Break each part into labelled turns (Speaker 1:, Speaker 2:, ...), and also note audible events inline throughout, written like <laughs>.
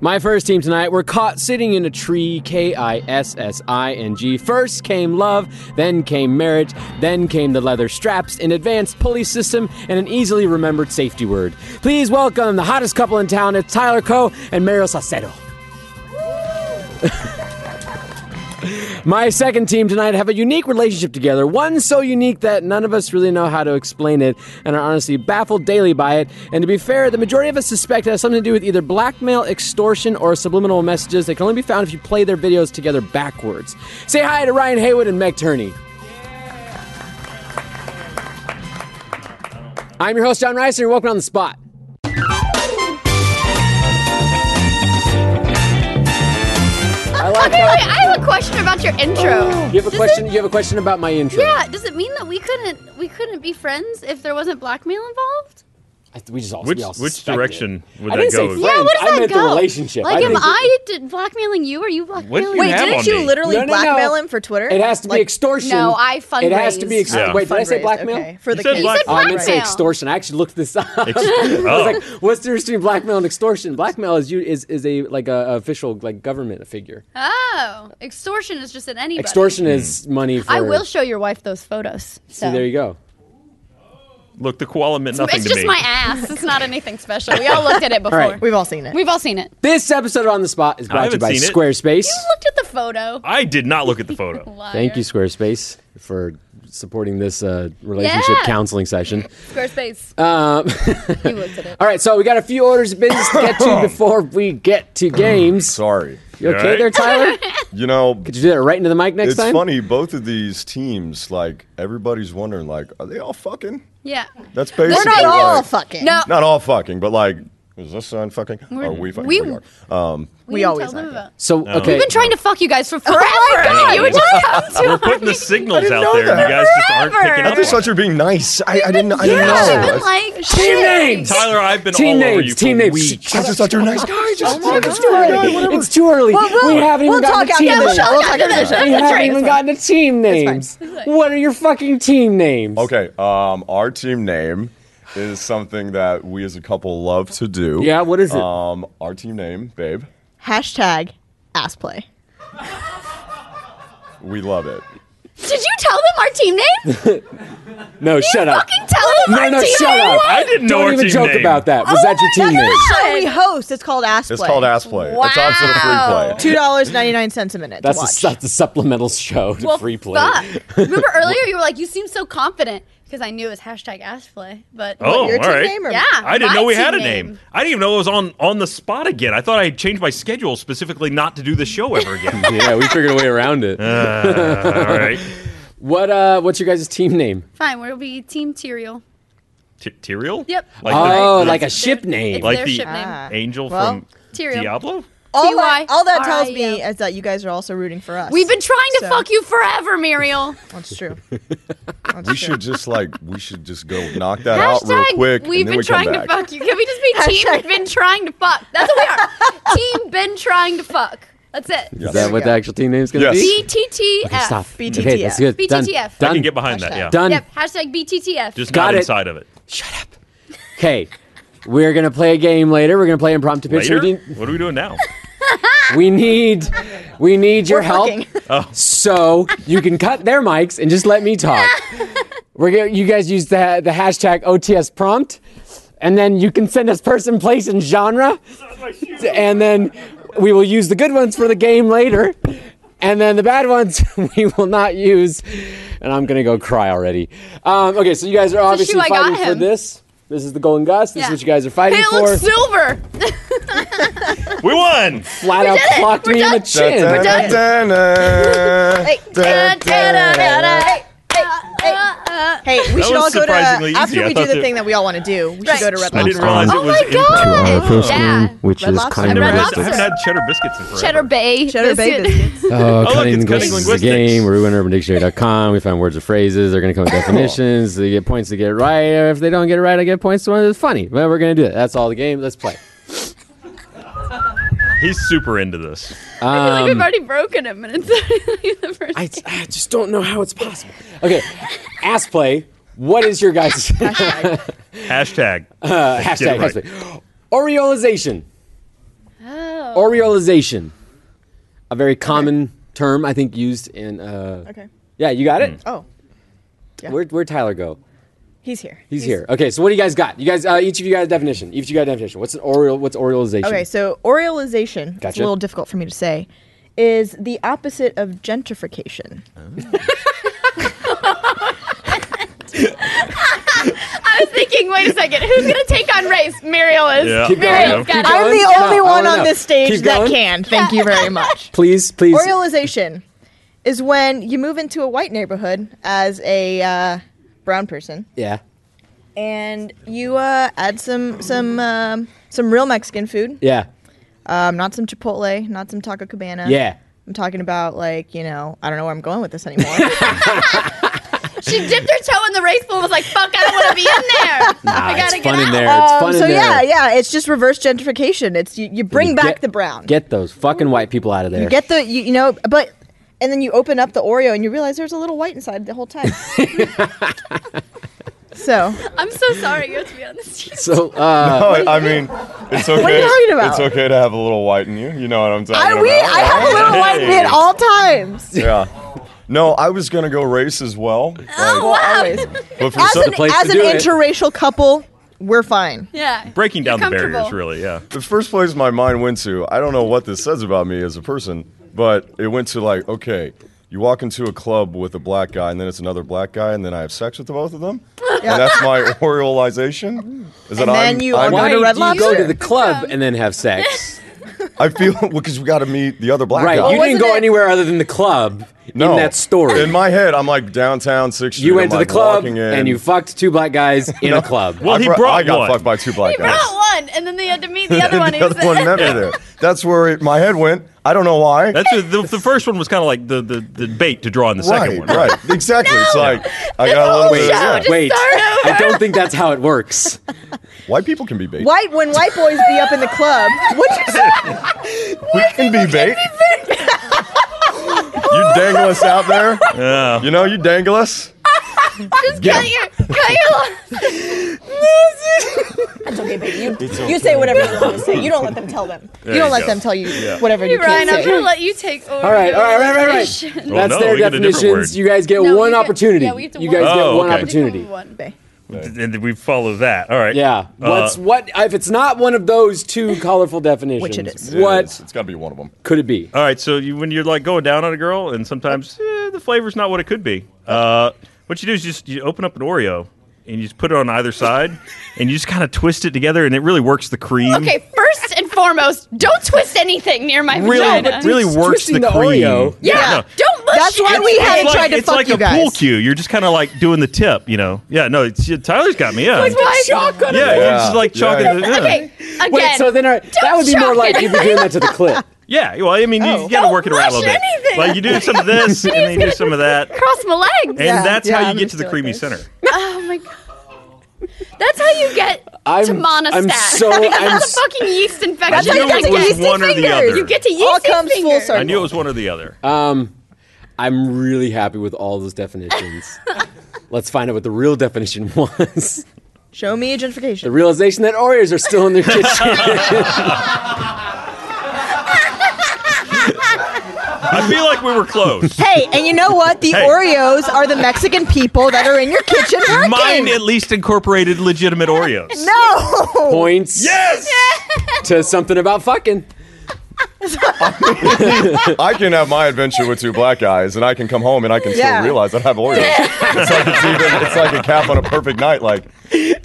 Speaker 1: My first team tonight were caught sitting in a tree, K I S S I N G. First came love, then came marriage, then came the leather straps, an advanced pulley system, and an easily remembered safety word. Please welcome the hottest couple in town. It's Tyler Coe and Mario Sacedo. My second team tonight have a unique relationship together, one so unique that none of us really know how to explain it and are honestly baffled daily by it. And to be fair, the majority of us suspect it has something to do with either blackmail, extortion, or subliminal messages that can only be found if you play their videos together backwards. Say hi to Ryan Haywood and Meg Turney. I'm your host, John Rice, and you're welcome on the spot. I like
Speaker 2: Wait,
Speaker 1: how-
Speaker 2: wait, I have a question about your intro.
Speaker 1: You have a
Speaker 2: Does
Speaker 1: question.
Speaker 2: it-
Speaker 1: You have a question about my intro.
Speaker 2: yeah, does it mean that we couldn't we couldn't be friends if there wasn't blackmail involved?
Speaker 1: I th- we just all
Speaker 3: Which-
Speaker 1: we all
Speaker 3: which
Speaker 1: suspect
Speaker 3: direction
Speaker 1: it.
Speaker 3: would
Speaker 1: I
Speaker 3: that
Speaker 1: didn't
Speaker 3: go?
Speaker 1: Say
Speaker 3: Yeah,
Speaker 2: Yeah,
Speaker 1: friends.
Speaker 2: what does
Speaker 1: I
Speaker 2: that
Speaker 1: meant
Speaker 2: go?
Speaker 1: the relationship.
Speaker 2: Like, am
Speaker 1: didn't think-
Speaker 2: I d- blackmailing you? Are you blackmailing?
Speaker 3: you
Speaker 2: me?
Speaker 4: Wait,
Speaker 3: have
Speaker 4: didn't
Speaker 3: on
Speaker 4: you
Speaker 3: me.
Speaker 4: literally
Speaker 1: No, no, no.
Speaker 4: blackmail him for Twitter?
Speaker 1: It has to
Speaker 4: Like,
Speaker 1: be extortion.
Speaker 2: No, I
Speaker 1: It has to be
Speaker 2: fundraised.
Speaker 1: extortion.
Speaker 3: Yeah.
Speaker 1: Wait, did I say
Speaker 4: fundraised,
Speaker 1: blackmail?
Speaker 4: Okay, for the
Speaker 3: said
Speaker 4: kids.
Speaker 3: black-
Speaker 2: You said
Speaker 1: Oh, I meant to say
Speaker 2: Blackmail.
Speaker 1: extortion. I actually looked
Speaker 3: <laughs>
Speaker 1: this up. <laughs> I was
Speaker 3: oh,
Speaker 1: like, "What's the difference between blackmail and extortion?" Blackmail is you is, is a like a official like government figure.
Speaker 2: Oh, extortion is just in anybody.
Speaker 1: Extortion is
Speaker 3: Hmm.
Speaker 1: money for.
Speaker 2: I will show your wife those photos. So.
Speaker 1: See, there you go.
Speaker 3: look, the koala meant nothing
Speaker 2: It's
Speaker 3: to
Speaker 2: just
Speaker 3: me.
Speaker 2: my ass. It's not anything special. We all looked at
Speaker 1: <laughs>
Speaker 2: it before.
Speaker 1: right.
Speaker 2: We've,
Speaker 4: We've all seen it.
Speaker 2: all
Speaker 1: <laughs>
Speaker 2: seen it.
Speaker 1: This episode of on the spot is brought to you
Speaker 3: haven't
Speaker 1: by
Speaker 3: seen it.
Speaker 1: Squarespace.
Speaker 2: You looked at the photo.
Speaker 3: I did not look at
Speaker 2: <laughs>
Speaker 3: the photo.
Speaker 2: Liar.
Speaker 1: Thank you, Squarespace, for supporting this uh, relationship
Speaker 2: Yeah.
Speaker 1: counseling session.
Speaker 2: Squarespace.
Speaker 1: Um, <laughs>
Speaker 2: you looked at it.
Speaker 1: All right, so we got a few orders of business to get
Speaker 3: <coughs>
Speaker 1: to before we get to games.
Speaker 3: Mm,
Speaker 5: Sorry.
Speaker 1: You okay
Speaker 3: All right.
Speaker 1: there,
Speaker 2: <laughs>
Speaker 1: Tyler?
Speaker 5: You know,
Speaker 1: Could you do that right into the mic next
Speaker 5: it's
Speaker 1: time?
Speaker 5: funny. Both of these teams, like everybody's wondering, like, are they all fucking?
Speaker 2: Yeah.
Speaker 5: That's basically.
Speaker 4: We're not all
Speaker 5: like-
Speaker 4: fucking.
Speaker 2: No.
Speaker 5: Not all fucking, but like, is this son fucking? are we fucking?
Speaker 2: we-
Speaker 5: are.
Speaker 4: We
Speaker 2: didn't
Speaker 4: always
Speaker 2: tell them
Speaker 4: like it.
Speaker 2: about-
Speaker 1: So okay,
Speaker 2: I've been trying to fuck you guys for forever.
Speaker 4: Oh
Speaker 2: you would just
Speaker 4: <laughs>
Speaker 2: come to
Speaker 3: We're putting
Speaker 2: me.
Speaker 3: the signals
Speaker 5: didn't
Speaker 3: out
Speaker 5: know
Speaker 3: there, and
Speaker 5: that.
Speaker 3: you guys just aren't picking
Speaker 2: Forever.
Speaker 3: up.
Speaker 5: I just
Speaker 3: on
Speaker 5: thought you were being nice. I, I didn't. I didn't
Speaker 2: Yeah, I've
Speaker 5: know.
Speaker 2: been
Speaker 5: I,
Speaker 2: like,
Speaker 1: team
Speaker 2: shit.
Speaker 3: it.
Speaker 1: names,
Speaker 3: Tyler, I've been
Speaker 1: team
Speaker 3: all over you
Speaker 1: names,
Speaker 3: for
Speaker 1: team names.
Speaker 3: weeks.
Speaker 1: Shut
Speaker 5: I just thought you were nice guys.
Speaker 4: my
Speaker 5: Just, just-
Speaker 4: God.
Speaker 5: just- whatever.
Speaker 1: It's too early. we haven't
Speaker 4: we'll
Speaker 1: even gotten
Speaker 4: talk
Speaker 1: to team
Speaker 4: after the
Speaker 1: names.
Speaker 4: show. We'll talk after the show.
Speaker 1: We
Speaker 4: That's
Speaker 1: haven't
Speaker 4: right,
Speaker 1: even
Speaker 4: that's
Speaker 1: gotten to team names.
Speaker 4: fine.
Speaker 1: What are your fucking team names?
Speaker 5: Okay. Um, our team name is something that we as a couple love to do.
Speaker 1: Yeah, what is it?
Speaker 5: Um, our team name, babe.
Speaker 4: Hashtag ass play.
Speaker 5: We love it.
Speaker 2: Did you tell them our team name?
Speaker 1: no, <laughs> shut up.
Speaker 2: Fucking tell them
Speaker 1: No,
Speaker 2: our
Speaker 1: no,
Speaker 2: team
Speaker 1: shut
Speaker 2: name. Oh
Speaker 1: up.
Speaker 3: I didn't know
Speaker 1: Don't
Speaker 3: our
Speaker 1: even
Speaker 3: team
Speaker 1: joke
Speaker 3: name.
Speaker 1: about that. Was that
Speaker 4: Oh,
Speaker 1: your team name?
Speaker 4: Show we host. It's called ass play.
Speaker 5: It's called ass play. It's opposite of free
Speaker 2: Wow.
Speaker 5: play.
Speaker 4: Two dollars ninety nine cents a minute to watch.
Speaker 1: That's a, that's a supplemental show to
Speaker 2: Well,
Speaker 1: free play.
Speaker 4: <laughs>
Speaker 2: Fuck. Remember earlier you were like, you seem so confident because I knew it was hashtag ass play, but
Speaker 3: Oh,
Speaker 4: Your
Speaker 3: all
Speaker 4: team
Speaker 3: right.
Speaker 4: name or-
Speaker 2: yeah,
Speaker 3: I didn't
Speaker 2: my
Speaker 3: know we
Speaker 2: team
Speaker 3: had a name. I didn't even know it was on on the spot again. I thought I had changed my schedule specifically not to do the show ever
Speaker 1: <laughs>
Speaker 3: again.
Speaker 1: Yeah, we figured a way around it.
Speaker 3: all right,
Speaker 1: What uh? What's your guys' team name?
Speaker 2: Fine, we'll be Team Tyrael.
Speaker 3: T- Tyrael.
Speaker 2: Yep.
Speaker 3: Like
Speaker 1: oh,
Speaker 3: the,
Speaker 1: like a ship name.
Speaker 2: It's
Speaker 3: Like
Speaker 2: their
Speaker 3: the-
Speaker 2: ship name.
Speaker 4: Ah.
Speaker 3: angel
Speaker 4: Well,
Speaker 3: from
Speaker 2: Tyrael.
Speaker 1: Um,
Speaker 3: Diablo.
Speaker 4: all, that, all that tells
Speaker 2: T-Y-R-I-L.
Speaker 4: me is that you guys are also rooting for us.
Speaker 2: We've been trying to
Speaker 4: So-
Speaker 2: fuck you
Speaker 1: <laughs>
Speaker 2: forever, Muriel.
Speaker 4: That's
Speaker 3: <laughs>
Speaker 4: true.
Speaker 5: We should just like we should just go knock that out real
Speaker 2: Hashtag
Speaker 5: quick.
Speaker 2: we've
Speaker 5: and then
Speaker 2: been
Speaker 5: we
Speaker 2: trying
Speaker 5: come
Speaker 2: to
Speaker 5: back. <laughs>
Speaker 2: fuck you. Can we just be team
Speaker 4: <laughs> Hashtag-
Speaker 2: been trying to fuck? That's
Speaker 4: <laughs>
Speaker 2: what we are. team been trying to fuck. That's it.
Speaker 5: Yes.
Speaker 1: Is that what the actual team name is going to
Speaker 5: Yes.
Speaker 1: be?
Speaker 2: BTTF.
Speaker 1: Okay, stop.
Speaker 4: BTTF.
Speaker 1: Okay, that's good. Done.
Speaker 2: BTTF.
Speaker 1: Done.
Speaker 3: I can get behind that. Yeah.
Speaker 1: Done.
Speaker 2: Yep. Hashtag BTTF.
Speaker 3: Just
Speaker 1: Got
Speaker 3: not
Speaker 1: it.
Speaker 3: inside of it.
Speaker 1: Shut up. Okay. We're going to play a game later. We're going to play impromptu pitch.
Speaker 3: Later?
Speaker 1: We, need-
Speaker 3: What are we doing now?
Speaker 1: we need we need your
Speaker 4: We're
Speaker 1: help
Speaker 4: fucking.
Speaker 1: so you can cut their mics and just let me
Speaker 2: <laughs>
Speaker 1: talk. We're gonna, you guys use the the hashtag OTS prompt and then you can send us person, place and genre and then we will use the good ones for the game later. And then the bad ones <laughs> we will not use. And I'm gonna go cry already. Um, okay, so you guys are obviously
Speaker 2: shoe, I got
Speaker 1: fighting for
Speaker 2: him.
Speaker 1: this. This is the Golden Gus. This
Speaker 2: Yeah.
Speaker 1: is what you guys are fighting
Speaker 2: Hey, it
Speaker 1: for.
Speaker 2: looks silver.
Speaker 3: We
Speaker 1: <laughs>
Speaker 3: won.
Speaker 1: Flat out
Speaker 2: did it.
Speaker 1: clocked
Speaker 2: We're
Speaker 1: me in the
Speaker 2: done.
Speaker 1: chin.
Speaker 2: done.
Speaker 5: Da-da-da-da. Da-da-da-da.
Speaker 4: Hey, we
Speaker 3: was
Speaker 4: should all go to
Speaker 3: surprisingly easy.
Speaker 4: after
Speaker 3: I
Speaker 4: we do
Speaker 3: thought
Speaker 4: the
Speaker 3: that-
Speaker 4: thing that we all want to do. We should go to Red
Speaker 3: I didn't
Speaker 4: Lobster.
Speaker 3: realize
Speaker 2: Oh
Speaker 3: it
Speaker 2: my
Speaker 3: was improv.
Speaker 2: god. yeah.
Speaker 6: which
Speaker 4: Red
Speaker 6: is
Speaker 4: Lobster.
Speaker 3: I
Speaker 6: kind
Speaker 3: never
Speaker 6: of
Speaker 2: Red
Speaker 3: had, I haven't
Speaker 2: Lobster.
Speaker 3: had cheddar biscuits in forever.
Speaker 2: Cheddar Bay.
Speaker 4: Cheddar Bay
Speaker 2: biscuit.
Speaker 4: biscuits.
Speaker 1: Oh, cutting
Speaker 3: look, it's cutting
Speaker 1: linguistics is a
Speaker 3: linguistics.
Speaker 1: game. We're going over to dictionary.com. We find words or phrases. They're going to come with definitions. They get points to get it right. Or if they don't get it right, I get points to one that's funny. But we're going to do it. That's all the game. Let's play.
Speaker 3: He's super into this.
Speaker 2: I feel <laughs> like we've already broken him, and it's <laughs> like the first.
Speaker 1: I, I just don't know how it's possible. <laughs> Okay. Ass play. What is your <laughs> guys'
Speaker 3: Hashtag.
Speaker 1: hashtag?
Speaker 3: right.
Speaker 1: ass play? Oreolization.
Speaker 2: oh,
Speaker 1: Oreolization, a very common term I think used in. Uh,
Speaker 4: Okay.
Speaker 1: Yeah, you got it.
Speaker 4: Oh, yeah.
Speaker 1: Where where Tyler go?
Speaker 4: he's here.
Speaker 1: Hmm. He's, here. Okay, so what do you guys got? You guys, uh, each of you got a definition. Each of you got a definition. What's an Oriole? What's Oreolization?
Speaker 4: Okay, so Oriolization, it's
Speaker 1: Gotcha.
Speaker 4: a little difficult for me to say, is the opposite of gentrification.
Speaker 2: I was thinking, wait a second, who's gonna take on race? Muriel is.
Speaker 3: Yeah. Keep
Speaker 2: Muriel's
Speaker 3: going.
Speaker 2: got
Speaker 1: Keep
Speaker 2: it.
Speaker 1: going.
Speaker 4: I'm the
Speaker 1: No,
Speaker 4: only
Speaker 1: I
Speaker 4: one
Speaker 1: wanna
Speaker 4: on
Speaker 1: know.
Speaker 4: this stage
Speaker 1: Keep
Speaker 4: that
Speaker 1: going.
Speaker 4: can. Thank
Speaker 1: <laughs>
Speaker 4: you very much.
Speaker 1: Please, please.
Speaker 4: Oriolization is when you move into a white neighborhood as a uh, brown person,
Speaker 1: yeah.
Speaker 4: and you uh, add some some um, some real Mexican food,
Speaker 1: Yeah.
Speaker 4: um, not some Chipotle, not some Taco Cabana.
Speaker 1: Yeah.
Speaker 4: I'm talking about like you know I don't know where I'm going with this anymore.
Speaker 1: <laughs>
Speaker 2: She dipped her toe in the race pool and was like, fuck, I don't wanna be in there.
Speaker 1: Ah,
Speaker 2: Oh I gotta
Speaker 1: it's
Speaker 2: get
Speaker 1: fun
Speaker 2: out.
Speaker 1: in there. It's fun
Speaker 4: Um,
Speaker 1: in
Speaker 4: so
Speaker 1: there.
Speaker 4: yeah, yeah, it's just reverse gentrification. It's you, you bring
Speaker 1: You
Speaker 4: back
Speaker 1: get-
Speaker 4: the brown.
Speaker 1: Get those fucking white people out of there.
Speaker 4: you get the you, you know, but and then you open up the Oreo and you realize there's a little white inside the
Speaker 1: <laughs>
Speaker 4: whole time. so
Speaker 2: I'm so sorry you have to be on this
Speaker 1: <laughs>
Speaker 2: team.
Speaker 1: so, uh,
Speaker 5: Oh, I mean, it's okay.
Speaker 4: you talking about?
Speaker 5: It's okay to have a little white in you. You know what I'm talking
Speaker 4: I
Speaker 5: about?
Speaker 4: we I have a little white in me at
Speaker 3: Hey. <laughs>
Speaker 4: all times.
Speaker 5: yeah. No, I was gonna go race as
Speaker 2: Oh,
Speaker 5: well. like,
Speaker 2: wow.
Speaker 4: Always.
Speaker 5: but for
Speaker 4: As
Speaker 5: some,
Speaker 4: an,
Speaker 1: place to
Speaker 4: as an
Speaker 1: do it.
Speaker 4: interracial couple, we're fine.
Speaker 2: Yeah.
Speaker 3: Breaking
Speaker 2: You're
Speaker 3: down the barriers,
Speaker 2: comfortable.
Speaker 3: really. Yeah.
Speaker 5: the first place my mind went to, I don't know what this says about me as a person, but it went to like, okay, you walk into a club with a black guy, and then it's another black guy, and then I have sex with the both of them, and that's my oriolization. Is
Speaker 4: And
Speaker 5: that
Speaker 4: then
Speaker 5: I'm,
Speaker 4: you
Speaker 5: I'm,
Speaker 1: why
Speaker 4: go to Red
Speaker 1: do you go
Speaker 4: Lobster.
Speaker 1: to the club and then have sex?
Speaker 5: I feel <laughs> because we got to meet the other black
Speaker 1: right.
Speaker 5: guy.
Speaker 1: you didn't
Speaker 4: wasn't
Speaker 1: go
Speaker 4: it-
Speaker 1: anywhere other than the club in that story.
Speaker 5: In my head, I'm like downtown Sixth Street.
Speaker 1: you went to
Speaker 5: I'm,
Speaker 1: the
Speaker 5: like,
Speaker 1: club
Speaker 5: walking in.
Speaker 1: and you fucked two black guys in a club.
Speaker 3: Well,
Speaker 5: I
Speaker 3: he
Speaker 5: brought-
Speaker 3: brought
Speaker 5: I got
Speaker 3: one.
Speaker 5: fucked by two black
Speaker 2: He
Speaker 5: guys.
Speaker 2: brought one, and then they had to meet the other
Speaker 5: And
Speaker 2: one.
Speaker 5: <laughs> the other
Speaker 2: He <laughs>
Speaker 5: one
Speaker 2: said-
Speaker 5: met me there. That's where it, my head went. I don't know why.
Speaker 3: That's a, the, the first one was kind of like the, the the bait to draw in the
Speaker 5: right,
Speaker 3: second one.
Speaker 5: right, exactly. It's like I got a little
Speaker 2: whole
Speaker 5: bit.
Speaker 2: show
Speaker 5: yeah.
Speaker 2: just-
Speaker 1: Wait,
Speaker 2: start over.
Speaker 1: I don't think that's how it works.
Speaker 5: White people can be bait.
Speaker 4: White when white boys be up in
Speaker 3: <laughs>
Speaker 4: the club. What you say?
Speaker 5: We can be bait. <laughs> you dangle us out there.
Speaker 3: Yeah.
Speaker 5: You know, you dangle us.
Speaker 2: Just cut your, cut your losses.
Speaker 4: You say whatever you want to say. You don't let them tell them.
Speaker 3: There
Speaker 4: you don't
Speaker 3: you
Speaker 4: let
Speaker 3: go.
Speaker 4: them tell you whatever you
Speaker 2: Ryan,
Speaker 4: can't
Speaker 2: I'm
Speaker 4: say.
Speaker 2: gonna let you take over.
Speaker 1: All right, all right, right, right, right.
Speaker 2: Shit.
Speaker 3: Well,
Speaker 1: That's
Speaker 3: no,
Speaker 1: their
Speaker 3: we get a different
Speaker 1: definitions.
Speaker 3: word.
Speaker 1: You guys get
Speaker 2: No, we
Speaker 1: one
Speaker 2: get-
Speaker 1: opportunity.
Speaker 2: yeah, we have to
Speaker 1: you
Speaker 2: one-
Speaker 1: guys get
Speaker 3: Oh,
Speaker 1: one
Speaker 3: okay.
Speaker 1: opportunity.
Speaker 2: One.
Speaker 3: And we follow that. All right. Uh,
Speaker 1: Yeah. What's what if it's not one of those two colorful definitions?
Speaker 4: Which it is.
Speaker 1: What
Speaker 5: It is. It's got to be one of them.
Speaker 1: could it be?
Speaker 3: All right, so you, when you're like going down on a girl, and sometimes eh, the flavor's not what it could be. Uh, what you do is just you open up an Oreo and you just put it on
Speaker 1: <laughs>
Speaker 3: either side, and you just kind of twist it together, and it really works the cream.
Speaker 2: Okay, first and foremost, don't twist anything near my
Speaker 3: really,
Speaker 2: vagina.
Speaker 3: really
Speaker 1: It's
Speaker 3: works the,
Speaker 1: twisting the
Speaker 3: cream.
Speaker 1: Oreo.
Speaker 2: yeah,
Speaker 3: no.
Speaker 2: don't mush
Speaker 4: That's why we
Speaker 2: anything.
Speaker 4: haven't
Speaker 3: It's
Speaker 4: tried
Speaker 3: like,
Speaker 4: to
Speaker 3: it's
Speaker 4: fuck
Speaker 3: like
Speaker 4: you
Speaker 3: a pool
Speaker 4: guys.
Speaker 3: cue. You're just kind of like doing the tip, you know? Yeah, no, it's, Tyler's got me. Yeah,
Speaker 2: Why-
Speaker 1: Chocolate.
Speaker 3: yeah, you're just like
Speaker 5: Yeah,
Speaker 3: chalking.
Speaker 5: yeah.
Speaker 3: the- Yeah,
Speaker 2: Okay, again.
Speaker 1: Wait, so then all right, that would be more
Speaker 2: choke
Speaker 1: like
Speaker 2: it.
Speaker 1: you'd be doing that to
Speaker 4: <laughs>
Speaker 1: the clip.
Speaker 3: yeah. Well, I mean, you,
Speaker 4: Oh.
Speaker 3: got to work it around a
Speaker 2: Don't
Speaker 3: little bit.
Speaker 2: rush anything.
Speaker 3: Like you do some of
Speaker 4: <laughs>
Speaker 3: this, and then you do some of that, and
Speaker 2: cross my legs.
Speaker 3: that's
Speaker 4: yeah,
Speaker 3: how
Speaker 4: I'm
Speaker 3: you get
Speaker 4: just
Speaker 3: to the
Speaker 4: like
Speaker 3: creamy
Speaker 4: this.
Speaker 3: center.
Speaker 2: Oh my god. That's how you get
Speaker 1: I'm-
Speaker 2: to monostat.
Speaker 1: I'm so-
Speaker 2: because
Speaker 1: I'm
Speaker 2: that's
Speaker 1: s-
Speaker 2: a <laughs> fucking yeast infection.
Speaker 3: I knew
Speaker 4: you get
Speaker 3: it
Speaker 4: to
Speaker 3: was
Speaker 4: yeasty
Speaker 3: one or the
Speaker 4: fingers.
Speaker 3: other.
Speaker 2: You get to yeast
Speaker 4: All comes full
Speaker 2: fingers.
Speaker 4: circle.
Speaker 3: I knew it was one or the other.
Speaker 1: <laughs> I'm really happy with all those definitions. Let's find out what the real definition <laughs> was.
Speaker 4: Show me a gentrification.
Speaker 1: The realization that Oreos are still in their
Speaker 3: <laughs>
Speaker 1: kitchen.
Speaker 3: I feel like we were
Speaker 4: <laughs>
Speaker 3: close.
Speaker 4: Hey, and you know what? The
Speaker 3: Hey.
Speaker 4: Oreos are the Mexican people that are in your kitchen working.
Speaker 3: Mine at least incorporated legitimate Oreos.
Speaker 4: no.
Speaker 1: Points
Speaker 3: Yes.
Speaker 1: to something about fucking.
Speaker 5: I can have my adventure with two black guys, and I can come home and I can
Speaker 4: Yeah.
Speaker 5: still realize that I have Oreos. it's like it's even. It's like a cap on a perfect night, like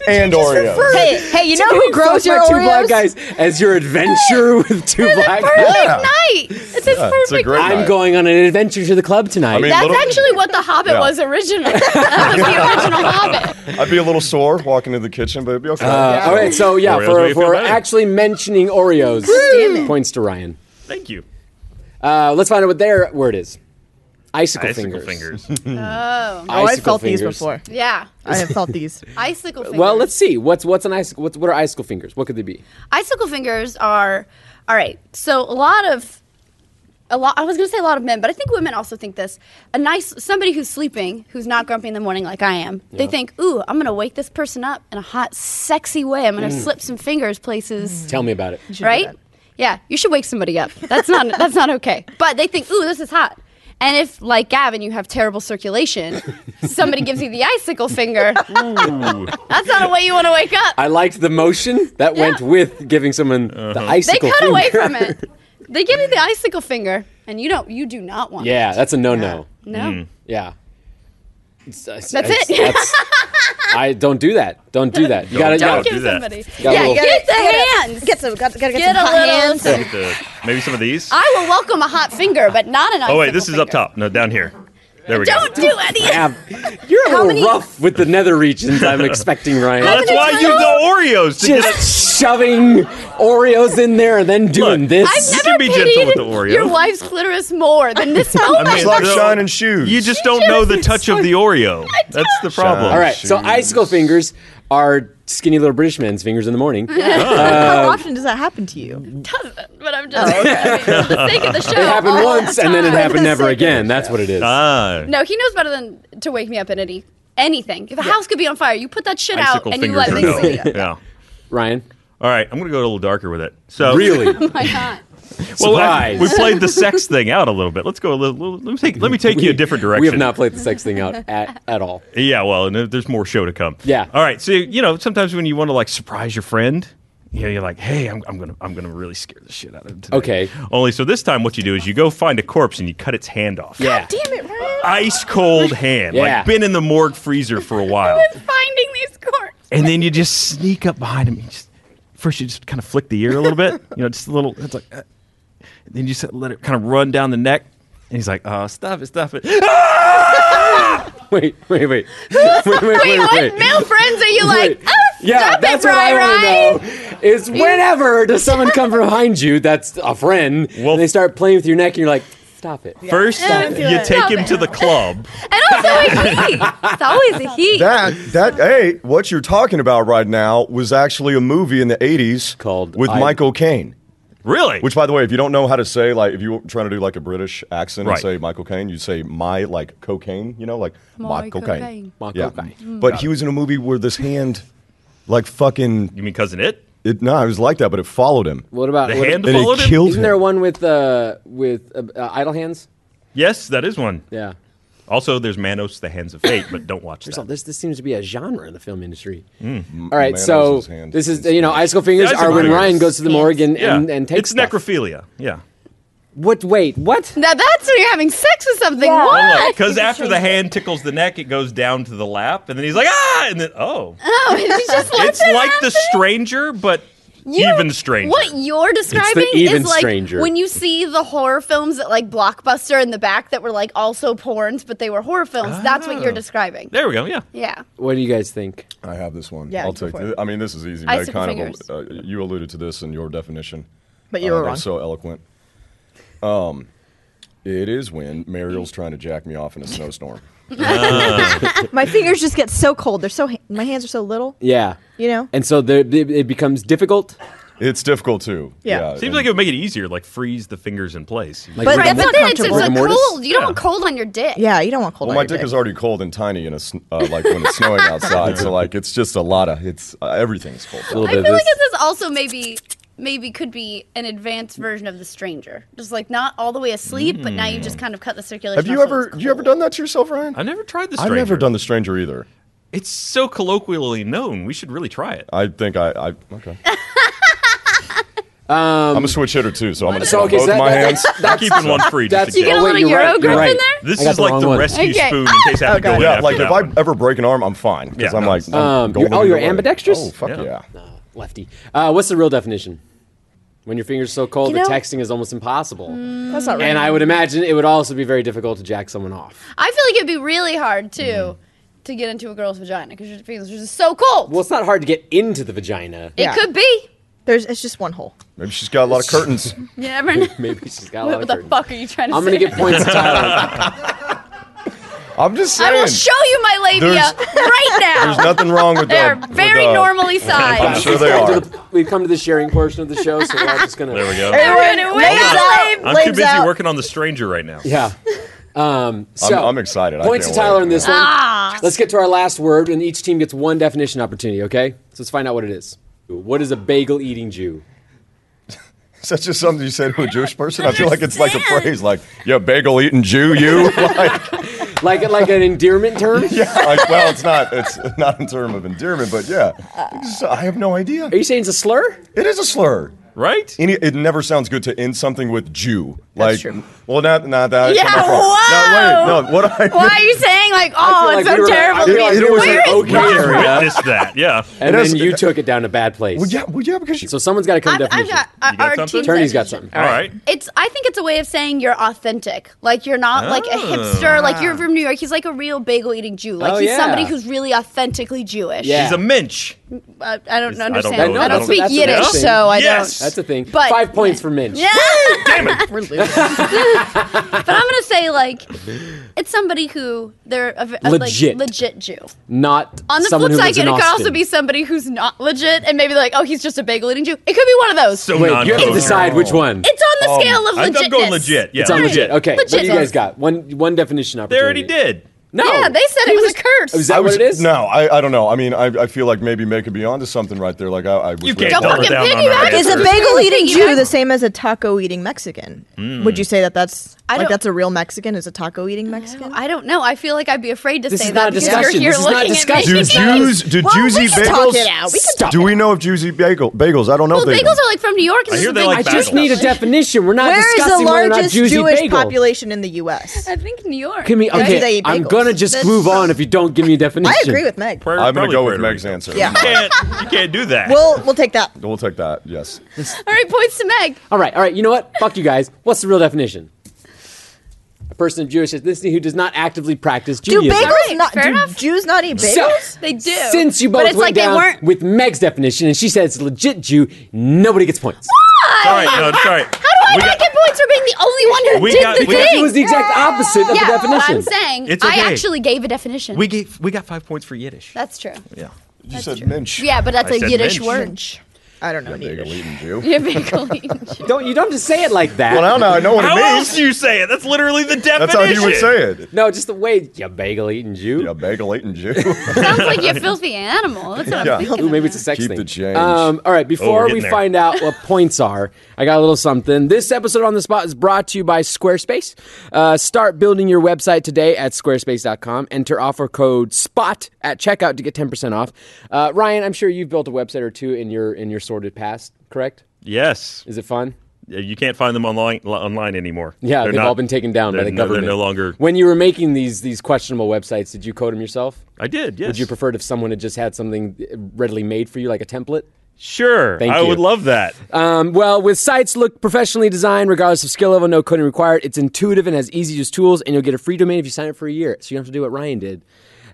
Speaker 5: and Oreos.
Speaker 4: Hey, hey, you know who grows your
Speaker 1: Fuck my two black
Speaker 4: Oreos?
Speaker 1: guys as your adventure
Speaker 4: <laughs>
Speaker 1: with two black guys.
Speaker 2: Perfect
Speaker 5: Yeah.
Speaker 2: night. It's his
Speaker 5: a
Speaker 2: perfect
Speaker 5: great
Speaker 2: night.
Speaker 1: I'm
Speaker 5: Right.
Speaker 1: going on an adventure to the club tonight.
Speaker 5: I mean,
Speaker 2: That's
Speaker 5: Little-
Speaker 2: actually what the Hobbit
Speaker 5: Yeah.
Speaker 2: was originally. That was the original Hobbit.
Speaker 5: I'd be a little sore walking into the kitchen, but it'd be okay.
Speaker 1: Uh, All right, so yeah,
Speaker 3: Oreos make
Speaker 1: for,
Speaker 3: you feel
Speaker 1: for
Speaker 3: better.
Speaker 1: actually mentioning Oreos, points to Ryan.
Speaker 3: Thank you.
Speaker 1: Uh, let's find out what their word is. Icicle,
Speaker 3: Icicle
Speaker 1: fingers.
Speaker 3: fingers.
Speaker 4: Oh, I've
Speaker 1: Icicle
Speaker 4: felt these
Speaker 1: fingers.
Speaker 4: before.
Speaker 2: Yeah,
Speaker 4: I have felt <laughs> these.
Speaker 2: icicle fingers.
Speaker 1: Uh, Well, let's see. What's what's an icicle? What's, what are icicle fingers? What could they be?
Speaker 2: icicle fingers are all right. So a lot of a lot. I was going to say a lot of men, but I think women also think this. A nice somebody who's sleeping, who's not grumpy in the morning like I am. They think, "Ooh, I'm going to wake this person up in a hot, sexy way. I'm going to slip some fingers places."
Speaker 1: Tell me about it.
Speaker 4: Mm. should do
Speaker 2: Right?
Speaker 4: that.
Speaker 2: Yeah, you should wake somebody up. That's not <laughs> that's not okay. But they think, ooh, this is hot. And if, like Gavin, you have terrible circulation, somebody gives you the icicle finger. That's not a way you want to wake up.
Speaker 1: I liked the motion that went with giving someone the
Speaker 2: they
Speaker 1: icicle.
Speaker 2: cut away
Speaker 1: finger.
Speaker 2: from it. They give you the icicle finger, and you don't. You do not want.
Speaker 1: <laughs> Yeah, that's oh, a no-no.
Speaker 2: It. No.
Speaker 3: Mm.
Speaker 1: Yeah. It's- it's-
Speaker 2: That's
Speaker 1: it's-
Speaker 2: it.
Speaker 1: that's- I don't do that. Don't do that. You gotta, you
Speaker 3: Don't
Speaker 2: Don't
Speaker 1: gotta
Speaker 3: do
Speaker 2: give
Speaker 3: that.
Speaker 2: somebody.
Speaker 1: Got a
Speaker 2: yeah,
Speaker 1: little-
Speaker 2: get the
Speaker 4: gotta-
Speaker 2: hands.
Speaker 4: Get some. Gotta, gotta get,
Speaker 2: Get
Speaker 4: some
Speaker 2: a
Speaker 4: hot
Speaker 2: little
Speaker 4: hands.
Speaker 2: thing.
Speaker 3: Get the- maybe some of
Speaker 4: <laughs>
Speaker 3: these.
Speaker 2: I will welcome a hot finger, but not an icicle.
Speaker 3: oh wait, this is up
Speaker 2: finger.
Speaker 3: top. No, down here. There we
Speaker 2: Don't
Speaker 3: go.
Speaker 2: do any. of-
Speaker 1: have. You're a little
Speaker 2: many-
Speaker 1: rough with the nether regions. <laughs> I'm expecting, Ryan.
Speaker 2: How
Speaker 3: That's
Speaker 2: many
Speaker 3: why
Speaker 2: times-
Speaker 3: you the Oreos to get it.
Speaker 1: Just shoving Oreos in there and then doing
Speaker 3: Look,
Speaker 1: this.
Speaker 2: I've
Speaker 3: You
Speaker 2: never
Speaker 3: can be gentle
Speaker 2: pitied
Speaker 3: with the Oreo. Oh,
Speaker 2: your wife's clitoris more than
Speaker 3: <laughs>
Speaker 2: this moment.
Speaker 3: mean,
Speaker 5: It's like
Speaker 3: No.
Speaker 5: shining shoes.
Speaker 3: You just don't know the touch of the Oreo. That's the problem.
Speaker 5: Shine.
Speaker 1: All right, so
Speaker 5: Shoes.
Speaker 1: icicle fingers are skinny little British men's fingers in the morning. It
Speaker 4: How often does that happen to you?
Speaker 2: doesn't, but I'm just for the sake
Speaker 1: <laughs>
Speaker 2: of the show.
Speaker 1: happened
Speaker 2: all
Speaker 1: once
Speaker 2: the
Speaker 1: and then it
Speaker 2: time.
Speaker 1: happened never again. That's what it is.
Speaker 3: Ah,
Speaker 2: No, he knows better than to wake me up at any anything. If a house could be on fire, you put that shit
Speaker 3: icicle
Speaker 2: out and you
Speaker 3: fingers
Speaker 2: let
Speaker 3: or
Speaker 2: me
Speaker 3: no.
Speaker 2: see it.
Speaker 3: Yeah.
Speaker 1: Ryan,
Speaker 3: All right, I'm gonna go a little darker with it. So <laughs>
Speaker 1: really?
Speaker 2: Why not?
Speaker 3: well, Oh. I-
Speaker 1: surprise.
Speaker 3: we played the sex thing out a little bit. Let's go a little. little- let me take. Let me take you a different direction.
Speaker 1: We have not played the sex thing out at, at all.
Speaker 3: Yeah, well, and there- there's more show to come.
Speaker 1: Yeah.
Speaker 3: All right. So you know, sometimes when you want to like surprise your friend, you know, you're like, hey, I'm, I'm gonna I'm gonna really scare the shit out of him. Today.
Speaker 1: Okay.
Speaker 3: Only so this time, what you do is you go find a corpse and you cut its hand
Speaker 1: <laughs>
Speaker 3: off.
Speaker 1: Yeah.
Speaker 4: Damn it,
Speaker 3: <laughs>
Speaker 4: Ryan.
Speaker 1: <laughs>
Speaker 3: Ice cold hand,
Speaker 1: Yeah.
Speaker 3: like been in the morgue freezer for a while,
Speaker 2: Finding these corpses.
Speaker 3: and then you just sneak up behind him. You just, first, you just kind of flick the ear a
Speaker 1: <laughs>
Speaker 3: little bit, you know, just a little. It's like, uh, then you just let it kind of run down the neck, and he's like, oh, stop it, stop it.
Speaker 1: Wait, wait, <laughs> wait. Wait, wait,
Speaker 2: Wait,
Speaker 1: wait,
Speaker 2: what
Speaker 1: wait.
Speaker 2: male friends are you like?
Speaker 1: Wait.
Speaker 2: Oh,
Speaker 1: yeah,
Speaker 2: stop
Speaker 1: that's
Speaker 2: it,
Speaker 1: what
Speaker 2: Rye
Speaker 1: I want to know. Is whenever does someone come from behind you that's a friend,
Speaker 3: Well-
Speaker 1: and they start playing with your neck, and you're like, "Stop it!"
Speaker 3: First,
Speaker 2: Don't do
Speaker 3: you
Speaker 2: it.
Speaker 3: take
Speaker 2: Stop
Speaker 3: him
Speaker 2: it.
Speaker 1: <laughs>
Speaker 3: to the club.
Speaker 2: And also a he. It's always a he.
Speaker 5: That that hey, what you're talking about right now was actually a movie in the '80s
Speaker 1: Called
Speaker 5: with
Speaker 1: I-
Speaker 5: Michael Caine.
Speaker 3: Really?
Speaker 5: Which, by the way, if you don't know how to say like, if you were trying to do like a British accent
Speaker 3: Right.
Speaker 5: and say Michael Caine, you say my like cocaine, you know, like
Speaker 2: My
Speaker 5: my,
Speaker 2: cocaine.
Speaker 5: cocaine.
Speaker 1: My
Speaker 5: yeah.
Speaker 1: cocaine.
Speaker 4: Mm.
Speaker 5: But he was in a movie where this hand, like fucking,
Speaker 3: you mean cousin it?
Speaker 5: it, no, it was like that, but it followed him.
Speaker 1: What about
Speaker 3: The
Speaker 1: what-
Speaker 3: hand
Speaker 5: And
Speaker 3: followed
Speaker 5: it
Speaker 3: him?
Speaker 5: killed
Speaker 1: Isn't
Speaker 5: him.
Speaker 1: there one with uh with uh, uh, idle hands?
Speaker 3: Yes, that is one.
Speaker 1: Yeah.
Speaker 3: Also, there's Manos, the Hands of Fate, but don't watch
Speaker 1: There's all,
Speaker 3: that.
Speaker 1: this this seems to be a genre in the film industry. All right,
Speaker 5: Manos
Speaker 1: so
Speaker 5: is hand-
Speaker 1: this is you know icicle fingers
Speaker 3: Yeah,
Speaker 1: are when
Speaker 3: icicle
Speaker 1: Ryan
Speaker 3: fingers.
Speaker 1: goes to the morgue and,
Speaker 3: Yeah,
Speaker 1: and, and takes
Speaker 3: it's
Speaker 1: stuff.
Speaker 3: necrophilia.
Speaker 1: <laughs>
Speaker 3: Yeah,
Speaker 1: What? Wait, what?
Speaker 2: Now that's when you're having sex with something.
Speaker 4: Yeah.
Speaker 2: What?
Speaker 3: because after the hand tickles the neck, it goes down to the lap, and then he's like, ah, and then oh,
Speaker 2: Oh, it's just like
Speaker 3: it's like the stranger, but even stranger.
Speaker 2: What you're describing
Speaker 1: even
Speaker 2: is like
Speaker 1: stranger.
Speaker 2: when you see the horror films that like Blockbuster in the back that were like also porns, but they were horror films. That's what you're
Speaker 3: Oh.
Speaker 2: describing.
Speaker 3: There we go. Yeah.
Speaker 2: Yeah.
Speaker 1: What do you guys think?
Speaker 5: I have this one.
Speaker 4: Yeah,
Speaker 5: I'll
Speaker 4: go
Speaker 5: take.
Speaker 4: for it.
Speaker 5: It. I mean, this is easy.
Speaker 2: Icicle
Speaker 5: That kind
Speaker 2: fingers.
Speaker 5: of. Uh, you alluded to this in your definition,
Speaker 4: But you were
Speaker 5: they're
Speaker 4: wrong.
Speaker 5: So eloquent. Um, it is when Mariel's trying to jack me off in
Speaker 4: <laughs>
Speaker 5: a snowstorm.
Speaker 4: My fingers just get so cold. They're so. ha- My hands are so little.
Speaker 1: Yeah.
Speaker 4: You know?
Speaker 1: And so there, it it becomes difficult.
Speaker 5: It's difficult too.
Speaker 4: Yeah.
Speaker 3: Seems
Speaker 5: and-
Speaker 3: like it would make it easier, like freeze the fingers in place.
Speaker 1: Like
Speaker 4: But
Speaker 1: rigor
Speaker 4: that's
Speaker 1: mortis?
Speaker 2: But then it's, it's
Speaker 4: Rigor
Speaker 2: like
Speaker 1: mortis?
Speaker 2: cold. You don't
Speaker 3: Yeah.
Speaker 2: want cold on your dick.
Speaker 4: Yeah, you don't want cold.
Speaker 5: Well,
Speaker 4: on
Speaker 5: my
Speaker 4: your
Speaker 5: dick
Speaker 4: dick
Speaker 5: is already cold and tiny, and it's uh, like when it's snowing outside. so like, it's just a lot of it's uh, everything's
Speaker 1: A
Speaker 5: cold.
Speaker 1: little
Speaker 2: I
Speaker 1: bit
Speaker 2: feel
Speaker 1: of
Speaker 2: like
Speaker 1: this.
Speaker 2: this is also maybe maybe could be an advanced version of the stranger. Just like not all the way asleep, but now you just kind of cut the circulation.
Speaker 5: Have you
Speaker 2: off so
Speaker 5: ever
Speaker 2: it's
Speaker 5: you ever
Speaker 2: cold.
Speaker 5: done that to yourself, Ryan?
Speaker 3: I've never tried the
Speaker 5: I've
Speaker 3: stranger.
Speaker 5: never done the stranger either.
Speaker 3: It's so colloquially known. We should really try it.
Speaker 5: I think I, I okay. I'm a switch hitter too, so I'm
Speaker 1: Um,
Speaker 5: gonna
Speaker 1: So,
Speaker 5: so,
Speaker 1: okay, so that-
Speaker 5: both my
Speaker 1: that- <laughs>
Speaker 5: hands.
Speaker 3: I'm
Speaker 2: <laughs>
Speaker 3: keeping one free. Just
Speaker 1: That's
Speaker 3: in
Speaker 2: You get
Speaker 3: case.
Speaker 2: a
Speaker 1: oh, wait,
Speaker 2: little
Speaker 1: you're
Speaker 2: Euro
Speaker 1: right, you're
Speaker 2: grip in
Speaker 1: right.
Speaker 2: there?
Speaker 3: This
Speaker 1: I got
Speaker 3: is
Speaker 1: the
Speaker 3: like
Speaker 1: wrong
Speaker 3: the
Speaker 1: one.
Speaker 3: rescue
Speaker 2: Okay.
Speaker 3: spoon in case I have to
Speaker 4: Oh,
Speaker 3: go
Speaker 4: God.
Speaker 3: in
Speaker 5: Yeah,
Speaker 3: after
Speaker 5: like
Speaker 3: that
Speaker 5: if
Speaker 3: one.
Speaker 5: I ever break an arm, I'm fine because
Speaker 3: Yeah,
Speaker 5: I'm
Speaker 3: no,
Speaker 5: like,
Speaker 3: it's-
Speaker 5: I'm
Speaker 1: Um,
Speaker 5: golden
Speaker 1: you're- oh,
Speaker 5: either
Speaker 1: you're
Speaker 5: way.
Speaker 1: ambidextrous?
Speaker 5: Oh, fuck
Speaker 3: Yeah.
Speaker 5: yeah.
Speaker 1: Uh, lefty. Uh, what's the real definition? When your fingers so cold
Speaker 4: You
Speaker 1: that
Speaker 4: know-
Speaker 1: texting is almost impossible.
Speaker 2: Mm.
Speaker 4: That's not right.
Speaker 1: And I would imagine it would also be very difficult to jack someone off.
Speaker 2: I feel like it'd be really hard too to get into a girl's vagina because your fingers are just so cold.
Speaker 1: Well, it's not hard to get into the vagina.
Speaker 2: it
Speaker 4: Yeah.
Speaker 2: could be.
Speaker 4: There's. It's just one hole.
Speaker 5: Maybe she's got a
Speaker 1: <laughs>
Speaker 5: lot of curtains.
Speaker 2: You never know.
Speaker 1: Maybe she's got a lot
Speaker 2: <laughs> what
Speaker 1: of
Speaker 2: the
Speaker 1: curtains.
Speaker 2: fuck are you trying to
Speaker 1: I'm
Speaker 2: say?
Speaker 1: gonna get
Speaker 2: <laughs>
Speaker 1: points to Tyler.
Speaker 5: I'm just
Speaker 2: I
Speaker 5: saying.
Speaker 2: will show you my labia
Speaker 5: There's-
Speaker 2: <laughs> right now.
Speaker 5: There's nothing wrong with
Speaker 2: They're
Speaker 5: that.
Speaker 2: very normally sized.
Speaker 5: I'm sure they are.
Speaker 1: We've come to the sharing portion of the show, so we're all just gonna.
Speaker 3: There we go.
Speaker 2: Everyone wake up.
Speaker 3: I'm too busy working on the stranger right now.
Speaker 1: Yeah. Um, so
Speaker 5: I'm excited. I
Speaker 1: Points to
Speaker 5: can't
Speaker 1: Tyler
Speaker 5: wait.
Speaker 1: in this one.
Speaker 2: Ah.
Speaker 1: Let's get to our last word, and each team gets one definition opportunity. Okay, so let's find out what it is. What is a bagel eating Jew?
Speaker 5: That's just something you say to a Jewish person. I feel like it's like a
Speaker 6: Understand.
Speaker 5: phrase, like "yeah, bagel eating Jew, you." <laughs> like,
Speaker 1: Like like an endearment term?
Speaker 5: yeah, like, well, it's not. It's not in term of endearment, but yeah, It's- I have no idea.
Speaker 1: Are you saying it's a slur?
Speaker 5: It is a slur.
Speaker 3: right?
Speaker 5: Any, it never sounds good to end something with Jew. Like,
Speaker 4: That's true.
Speaker 5: well, not not that.
Speaker 2: Yeah,
Speaker 5: No, wait, no. What I
Speaker 2: Why are you saying like, oh,
Speaker 1: feel
Speaker 2: it's
Speaker 1: like we
Speaker 2: so
Speaker 1: were-
Speaker 2: terrible?
Speaker 1: I feel like
Speaker 2: to be-
Speaker 1: we were
Speaker 2: Where
Speaker 1: like,
Speaker 2: is-
Speaker 1: okay.
Speaker 3: I just
Speaker 1: area.
Speaker 3: witnessed that. Yeah.
Speaker 1: And
Speaker 5: It
Speaker 1: then
Speaker 5: is-
Speaker 1: you took it down a bad place.
Speaker 5: Well, yeah, well, yeah, because you,
Speaker 1: So someone's got to come
Speaker 2: I've,
Speaker 1: definition.
Speaker 2: I've got,
Speaker 3: You got
Speaker 2: our
Speaker 3: something?
Speaker 2: team's
Speaker 1: Attorney's got
Speaker 2: definition.
Speaker 1: something.
Speaker 3: All right.
Speaker 2: It's. I think it's a way of saying you're authentic. Like you're not like a hipster. Like you're from New York. He's like a real bagel eating Jew. Like
Speaker 1: Oh,
Speaker 2: he's
Speaker 1: yeah.
Speaker 2: somebody who's really authentically Jewish.
Speaker 1: Yeah.
Speaker 3: She's a minch.
Speaker 2: Uh, I don't
Speaker 3: I don't
Speaker 2: understand. I
Speaker 3: know.
Speaker 2: don't,
Speaker 3: I don't-
Speaker 2: speak
Speaker 1: that's a
Speaker 2: Yiddish,
Speaker 1: thing.
Speaker 2: so I
Speaker 3: Yes.
Speaker 2: don't.
Speaker 1: That's a thing.
Speaker 2: But-
Speaker 1: Five points for Minch.
Speaker 2: Yeah.
Speaker 3: Damn it.
Speaker 4: We're losing.
Speaker 2: <laughs> but I'm gonna say like, it's somebody who they're a, a,
Speaker 1: Legit.
Speaker 2: like, legit Jew.
Speaker 1: Not
Speaker 2: On the
Speaker 1: someone
Speaker 2: flip
Speaker 1: who
Speaker 2: side,
Speaker 1: lives in
Speaker 2: it could also
Speaker 1: Austin.
Speaker 2: be somebody who's not legit, and maybe like, oh, he's just a bagel eating Jew. It could be one of those.
Speaker 3: So
Speaker 1: Wait,
Speaker 3: non
Speaker 1: you have to decide which one.
Speaker 2: it's on the scale of
Speaker 3: I'm
Speaker 2: legit.
Speaker 3: I'm going legit. Yeah.
Speaker 1: It's on legit. Okay, what
Speaker 2: Legit.
Speaker 1: do you guys got? One one definition
Speaker 3: They
Speaker 1: opportunity.
Speaker 3: already did.
Speaker 1: No.
Speaker 2: Yeah, they said it was, a curse.
Speaker 1: Is that
Speaker 5: I was,
Speaker 1: what it is?
Speaker 5: No, I, I don't know. I mean, I, I feel like maybe Meg could be onto something right there. Like I, I was
Speaker 3: You can't
Speaker 5: really
Speaker 2: Don't
Speaker 5: clever.
Speaker 3: double
Speaker 2: fucking
Speaker 3: down on
Speaker 2: piggyback.
Speaker 3: our
Speaker 2: It's
Speaker 4: Is
Speaker 2: a
Speaker 4: a
Speaker 3: answer.
Speaker 2: big-
Speaker 4: bagel eating
Speaker 2: Yeah.
Speaker 4: Jew the same as a taco eating Mexican? Would you say that that's
Speaker 2: I
Speaker 4: like
Speaker 2: don't-
Speaker 4: that's a real Mexican? Is a taco eating Mexican?
Speaker 2: I don't know. I feel like I'd be afraid to
Speaker 1: This
Speaker 2: say
Speaker 1: is
Speaker 2: that
Speaker 1: not a
Speaker 2: because
Speaker 1: discussion.
Speaker 2: you're here
Speaker 1: This is not a
Speaker 2: looking at
Speaker 1: discussion.
Speaker 5: Do
Speaker 2: me.
Speaker 1: Jews-
Speaker 5: Jews? Do
Speaker 4: Well,
Speaker 5: Jews
Speaker 4: we
Speaker 5: eat
Speaker 4: can
Speaker 5: bagels?
Speaker 4: talk it out. We can
Speaker 1: Stop
Speaker 5: Do
Speaker 1: it.
Speaker 5: we know if Jews eat bagel bagels? I don't know.
Speaker 2: Well,
Speaker 5: if they do.
Speaker 2: bagels are like from New York. And
Speaker 3: I
Speaker 2: this
Speaker 3: hear
Speaker 2: is
Speaker 3: they
Speaker 2: a big-
Speaker 1: I
Speaker 3: like
Speaker 1: just
Speaker 3: bagels.
Speaker 1: need a definition. We're not
Speaker 4: Where is the
Speaker 1: discussing whether or not
Speaker 4: largest
Speaker 1: Jews eat
Speaker 4: Jewish
Speaker 1: bagel.
Speaker 4: population in the U.S.?
Speaker 2: I think New York.
Speaker 1: Can we,
Speaker 4: Where do they
Speaker 1: okay,
Speaker 4: eat
Speaker 1: I'm
Speaker 4: bagels?
Speaker 1: gonna just
Speaker 4: That's-
Speaker 1: move on if you don't
Speaker 2: <laughs>
Speaker 1: give me a definition.
Speaker 4: I agree with Meg.
Speaker 3: Puerto-
Speaker 5: I'm gonna
Speaker 3: probably
Speaker 5: go with
Speaker 3: Puerto
Speaker 5: Meg's
Speaker 3: Rico.
Speaker 5: answer.
Speaker 4: Yeah.
Speaker 3: You can't, you can't do that.
Speaker 4: We'll we'll take that.
Speaker 5: We'll take that. Yes.
Speaker 2: All right, points to Meg.
Speaker 1: All right, all right. You know what? Fuck you guys. What's the real definition? A person of Jewish ethnicity who does not actively practice
Speaker 4: Do
Speaker 1: Judaism.
Speaker 4: bagels
Speaker 2: Alright,
Speaker 4: not?
Speaker 2: fair
Speaker 4: Do
Speaker 2: enough.
Speaker 4: Jews not eat bagels?
Speaker 1: So-
Speaker 2: They do.
Speaker 1: Since you both
Speaker 2: but it's
Speaker 1: went
Speaker 2: like
Speaker 1: down
Speaker 2: they weren't.
Speaker 1: with Meg's definition, and she said it's a legit Jew, nobody gets points.
Speaker 3: All right, no, it's all right.
Speaker 2: How do I
Speaker 3: We
Speaker 2: not
Speaker 3: got-
Speaker 2: get points for being the only one who
Speaker 3: We
Speaker 2: did
Speaker 3: got-
Speaker 2: the
Speaker 3: we got-
Speaker 2: thing?
Speaker 1: It was the exact opposite of
Speaker 2: yeah,
Speaker 1: the definition.
Speaker 2: I'm saying
Speaker 3: It's
Speaker 2: I
Speaker 3: okay.
Speaker 2: actually gave a definition.
Speaker 3: We gave, we got five points for Yiddish.
Speaker 2: That's true.
Speaker 3: yeah.
Speaker 5: You said minch.
Speaker 2: Yeah, but that's
Speaker 3: I
Speaker 2: a
Speaker 3: said
Speaker 2: Yiddish
Speaker 3: mensch.
Speaker 2: word.
Speaker 4: Mensch. I don't know. neither.
Speaker 5: Bagel eating Jew.
Speaker 2: Yeah, Bagel.
Speaker 1: Don't you don't just say it like that.
Speaker 5: Well, now, now I know what
Speaker 3: How
Speaker 5: it
Speaker 3: else
Speaker 5: means.
Speaker 3: do you say it? That's literally the definition.
Speaker 5: That's how he would say it.
Speaker 1: no, just the way you bagel eating Jew.
Speaker 5: Yeah, bagel eating Jew. <laughs>
Speaker 2: Sounds like you filthy animal. That's what
Speaker 5: Yeah.
Speaker 2: I'm thinking.
Speaker 1: Ooh, maybe it's
Speaker 2: of
Speaker 1: a
Speaker 2: now.
Speaker 1: sex
Speaker 5: Keep
Speaker 1: thing.
Speaker 5: the change. Oh,
Speaker 1: Um, all right, before we
Speaker 3: getting there.
Speaker 1: find out
Speaker 5: <laughs>
Speaker 1: what points are, I got a little something. This episode on the spot is brought to you by Squarespace. Uh, start building your website today at squarespace.com. Enter offer code SPOT at checkout to get 10% off. Uh, Ryan, I'm sure you've built a website or two in your in your sordid past, correct?
Speaker 3: Yes.
Speaker 1: Is it fun?
Speaker 3: You can't find them online, li- online anymore.
Speaker 1: Yeah,
Speaker 3: They're
Speaker 1: they've
Speaker 3: not-
Speaker 1: all been taken down by
Speaker 3: they're
Speaker 1: the
Speaker 3: no-
Speaker 1: government.
Speaker 3: They're no longer.
Speaker 1: When you were making these these questionable websites, did you code them yourself?
Speaker 3: I did, yes.
Speaker 1: Would you prefer it if someone had just had something readily made for you, like a template?
Speaker 3: Sure.
Speaker 1: Thank
Speaker 3: I
Speaker 1: you.
Speaker 3: would love that.
Speaker 1: Um, well, with sites look professionally designed, regardless of skill level, no coding required. It's intuitive and has easy to use tools, and you'll get a free domain if you sign up for a year. So you don't have to do what Ryan did.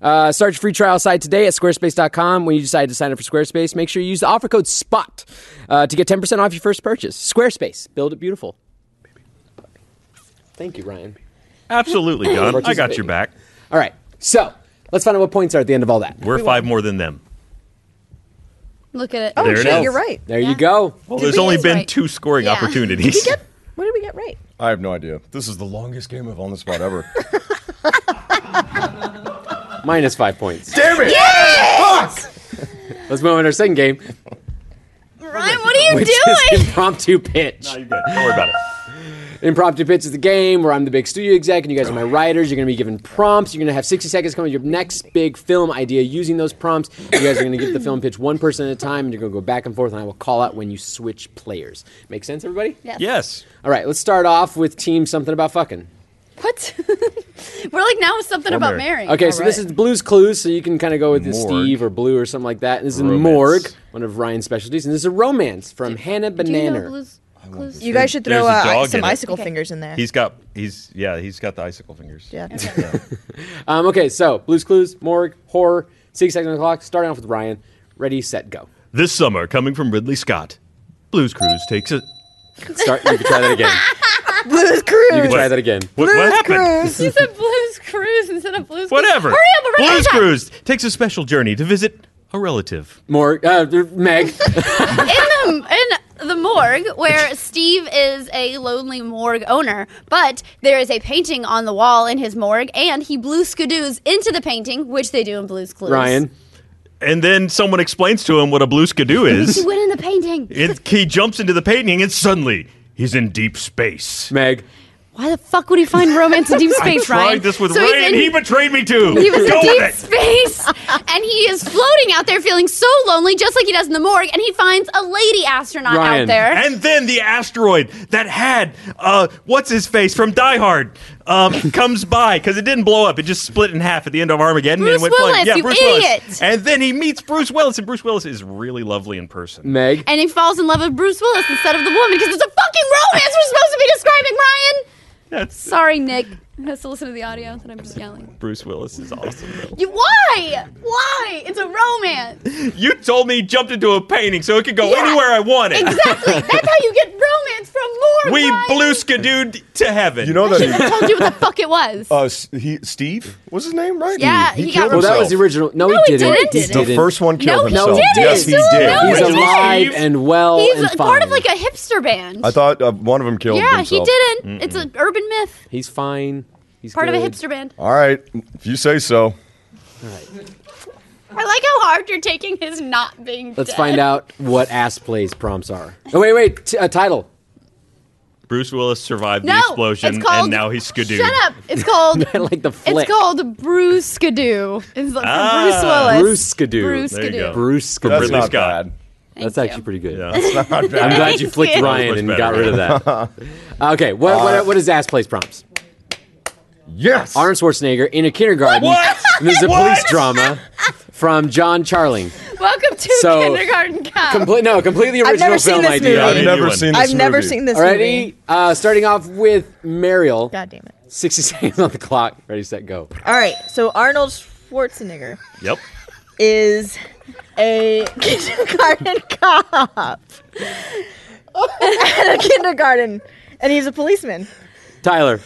Speaker 1: Uh, start your free trial site today at squarespace.com. When you decide to sign up for Squarespace, make sure you use the offer code SPOT uh, to get 10% off your first purchase. Squarespace, build it beautiful. Thank you, Ryan. <coughs>
Speaker 3: Absolutely, John. I got
Speaker 1: Participating.
Speaker 3: your back.
Speaker 1: All right, so let's find out what points are at the end of all that.
Speaker 3: We're five more than them.
Speaker 2: Look at it.
Speaker 4: Oh
Speaker 3: There it
Speaker 4: shit,
Speaker 3: is.
Speaker 4: you're right.
Speaker 1: There
Speaker 2: Yeah.
Speaker 1: you go.
Speaker 3: Well,
Speaker 2: Did
Speaker 3: there's
Speaker 2: we
Speaker 3: only
Speaker 2: get it
Speaker 3: been
Speaker 2: right?
Speaker 3: two scoring
Speaker 2: Yeah.
Speaker 3: opportunities.
Speaker 4: What did we get right?
Speaker 5: I have no idea. This is the longest game of on the
Speaker 2: <laughs>
Speaker 5: spot ever.
Speaker 1: Minus five
Speaker 5: <laughs>
Speaker 1: points.
Speaker 5: Damn it!
Speaker 1: Let's move on to our second game,
Speaker 2: Ryan, what are you
Speaker 1: which
Speaker 2: doing?
Speaker 1: is impromptu pitch.
Speaker 3: You're good. Don't worry
Speaker 1: <laughs>
Speaker 3: about it.
Speaker 1: Impromptu Pitch is the game where I'm the big studio exec and you guys are my writers. You're going to be given prompts. You're going to have 60 seconds to come up with your next big film idea using those prompts. You guys are going to give the film pitch one person at a time and you're going to go back and forth and I will call out when you switch players. Make sense, everybody?
Speaker 2: Yes.
Speaker 3: Yes.
Speaker 1: All right, let's start off with Team Something About Fucking.
Speaker 2: <laughs> What? <laughs> We're like now with something about
Speaker 3: married.
Speaker 2: marrying.
Speaker 1: Okay, so this
Speaker 4: right.
Speaker 1: is Blue's Clues, so you can kind of go with this
Speaker 5: Morgue.
Speaker 1: Steve or Blue or something like that. And this is
Speaker 3: Romance.
Speaker 1: Morgue, one of Ryan's specialties. And this is a romance from Hannah
Speaker 2: Do you know
Speaker 1: Banana.
Speaker 2: Blue's <laughs> Clues?
Speaker 4: You guys should
Speaker 3: There's
Speaker 4: throw
Speaker 3: a dog
Speaker 4: uh,
Speaker 3: in
Speaker 4: some
Speaker 3: it.
Speaker 4: icicle
Speaker 2: Okay.
Speaker 4: fingers in there.
Speaker 3: He's got. He's yeah. He's got the icicle fingers.
Speaker 4: yeah.
Speaker 1: Um, okay, so Blue's Clues, Morgue, horror, 60 seconds on the clock. Starting off with Ryan. Ready, set, go.
Speaker 3: This summer, coming from Ridley Scott, Blues Cruise takes it.
Speaker 1: Start. You can try that again.
Speaker 4: <laughs> Blues
Speaker 1: You can
Speaker 4: Cruise.
Speaker 1: try that again.
Speaker 3: What, what happened?
Speaker 2: You said Blue's Cruise instead of Blue's Clues.
Speaker 3: Whatever.
Speaker 2: Hurry up, we're running out
Speaker 3: Blues
Speaker 2: of time.
Speaker 3: Cruise takes a special journey to visit a relative.
Speaker 1: More. Uh,
Speaker 2: <laughs>
Speaker 1: Meg.
Speaker 2: in the in the morgue where Steve is a lonely morgue owner, but there is a painting on the wall in his morgue, and he blew skidoos into the painting, which they do in Blue's Clues.
Speaker 1: Ryan.
Speaker 3: and then someone explains to him what a blue
Speaker 2: <laughs>
Speaker 3: skidoo
Speaker 2: He
Speaker 3: is.
Speaker 2: went in the painting.
Speaker 3: it, he jumps into the painting, and suddenly he's in deep space.
Speaker 1: Meg.
Speaker 2: Why the fuck would he find romance
Speaker 3: <laughs>
Speaker 2: in deep
Speaker 3: I
Speaker 2: space,
Speaker 3: tried
Speaker 2: Ryan?
Speaker 3: this with
Speaker 2: So he's
Speaker 3: Ray,
Speaker 2: in-
Speaker 3: and he betrayed me too.
Speaker 2: He was
Speaker 3: Go
Speaker 2: in
Speaker 3: with
Speaker 2: deep
Speaker 3: it.
Speaker 2: space, and he is floating out there feeling so lonely, just like he does in the morgue. And he finds a lady astronaut
Speaker 1: Ryan.
Speaker 2: out there.
Speaker 3: And then the asteroid that had uh, what's his face from Die Hard um,
Speaker 2: <laughs>
Speaker 3: comes by because it didn't blow up; it just split in half at the end of Armageddon
Speaker 2: Bruce
Speaker 3: and went flying.
Speaker 2: Willis,
Speaker 3: Yeah,
Speaker 2: you
Speaker 3: Bruce
Speaker 2: idiot.
Speaker 3: Willis. And then he meets Bruce Willis, and Bruce Willis is really lovely in person.
Speaker 1: Meg.
Speaker 2: And he falls in love with Bruce Willis instead of the woman because it's a fucking romance we're supposed to be describing, Ryan.
Speaker 3: That's
Speaker 2: Sorry, Nick. I have to listen to the audio that I'm just yelling.
Speaker 3: Bruce Willis is awesome.
Speaker 2: <laughs>
Speaker 3: though.
Speaker 2: You, why? Why? It's a romance.
Speaker 3: you told me he jumped into a painting so it could go
Speaker 2: Yeah.
Speaker 3: anywhere I wanted.
Speaker 5: <laughs>
Speaker 2: Exactly. That's how you get romance from more.
Speaker 3: We
Speaker 2: Ryan.
Speaker 3: blew skidooed to heaven.
Speaker 5: You know that
Speaker 2: I
Speaker 5: he,
Speaker 2: told you what the fuck it was.
Speaker 5: uh, s- he Steve was his name, right?
Speaker 2: Yeah,
Speaker 5: he,
Speaker 2: he got-
Speaker 5: killed
Speaker 1: Well, that was
Speaker 5: himself.
Speaker 1: the original. No,
Speaker 2: No, he
Speaker 1: he didn't.
Speaker 2: didn't.
Speaker 1: He
Speaker 2: The
Speaker 1: didn't.
Speaker 5: The first one killed
Speaker 2: No, he
Speaker 5: himself.
Speaker 2: didn't.
Speaker 5: Yes, he
Speaker 2: No,
Speaker 5: did.
Speaker 2: no,
Speaker 1: He's
Speaker 2: he didn't.
Speaker 1: alive and well
Speaker 2: He's
Speaker 1: and
Speaker 2: a-
Speaker 1: fine.
Speaker 2: part of like a hipster band.
Speaker 5: I thought uh, one of them killed
Speaker 2: yeah,
Speaker 5: himself.
Speaker 2: he didn't. It's an urban myth.
Speaker 1: He's fine. He's
Speaker 2: Part of a
Speaker 1: good.
Speaker 2: hipster band.
Speaker 5: All right, if you say so.
Speaker 2: I like how hard you're taking his not being.
Speaker 1: Let's find out what ass plays prompts are. Oh wait, wait. T- uh, title. <laughs>
Speaker 3: Bruce Willis survived
Speaker 2: No,
Speaker 3: the explosion,
Speaker 2: it's called,
Speaker 3: and now he's skidooed.
Speaker 2: Shut up!
Speaker 1: <laughs>
Speaker 2: It's called.
Speaker 1: I like the flick.
Speaker 2: it's called Bruce Skidoo. It's like
Speaker 3: Ah,
Speaker 2: Bruce Willis.
Speaker 1: Bruce Skidoo.
Speaker 2: Bruce
Speaker 3: There you
Speaker 2: Skidoo.
Speaker 3: go.
Speaker 1: Bruce
Speaker 5: That's
Speaker 1: Skidoo.
Speaker 3: Ridley
Speaker 5: not
Speaker 3: Scott.
Speaker 5: bad.
Speaker 1: That's
Speaker 2: Thank
Speaker 1: actually pretty
Speaker 2: you.
Speaker 1: good.
Speaker 2: <laughs>
Speaker 3: Yeah.
Speaker 1: I'm glad you
Speaker 2: Thank
Speaker 1: flicked
Speaker 2: you.
Speaker 1: Ryan
Speaker 3: Much
Speaker 1: and
Speaker 3: better.
Speaker 1: got rid of that. <laughs> okay, what, what, what is ass plays prompts?
Speaker 5: Yes.
Speaker 1: Arnold Schwarzenegger in a kindergarten.
Speaker 2: <laughs>
Speaker 3: What?
Speaker 1: And This is a
Speaker 3: <laughs> What?
Speaker 1: police drama from John Charling.
Speaker 2: Welcome to
Speaker 1: So-
Speaker 2: Kindergarten Cop.
Speaker 1: Comple- no, completely
Speaker 4: I've
Speaker 1: original
Speaker 4: never seen
Speaker 1: film
Speaker 4: this
Speaker 1: idea.
Speaker 4: movie.
Speaker 5: I've
Speaker 3: Maybe
Speaker 5: never
Speaker 3: one.
Speaker 5: seen this
Speaker 4: I've never
Speaker 5: movie.
Speaker 4: seen this
Speaker 1: Alrighty,
Speaker 4: movie.
Speaker 1: uh, starting off with Mariel.
Speaker 4: God damn it.
Speaker 1: 60 seconds on the clock. Ready, set, go.
Speaker 4: All right, so Arnold Schwarzenegger
Speaker 3: Yep.
Speaker 4: is a kindergarten cop. At a kindergarten. And he's a policeman.
Speaker 1: Tyler.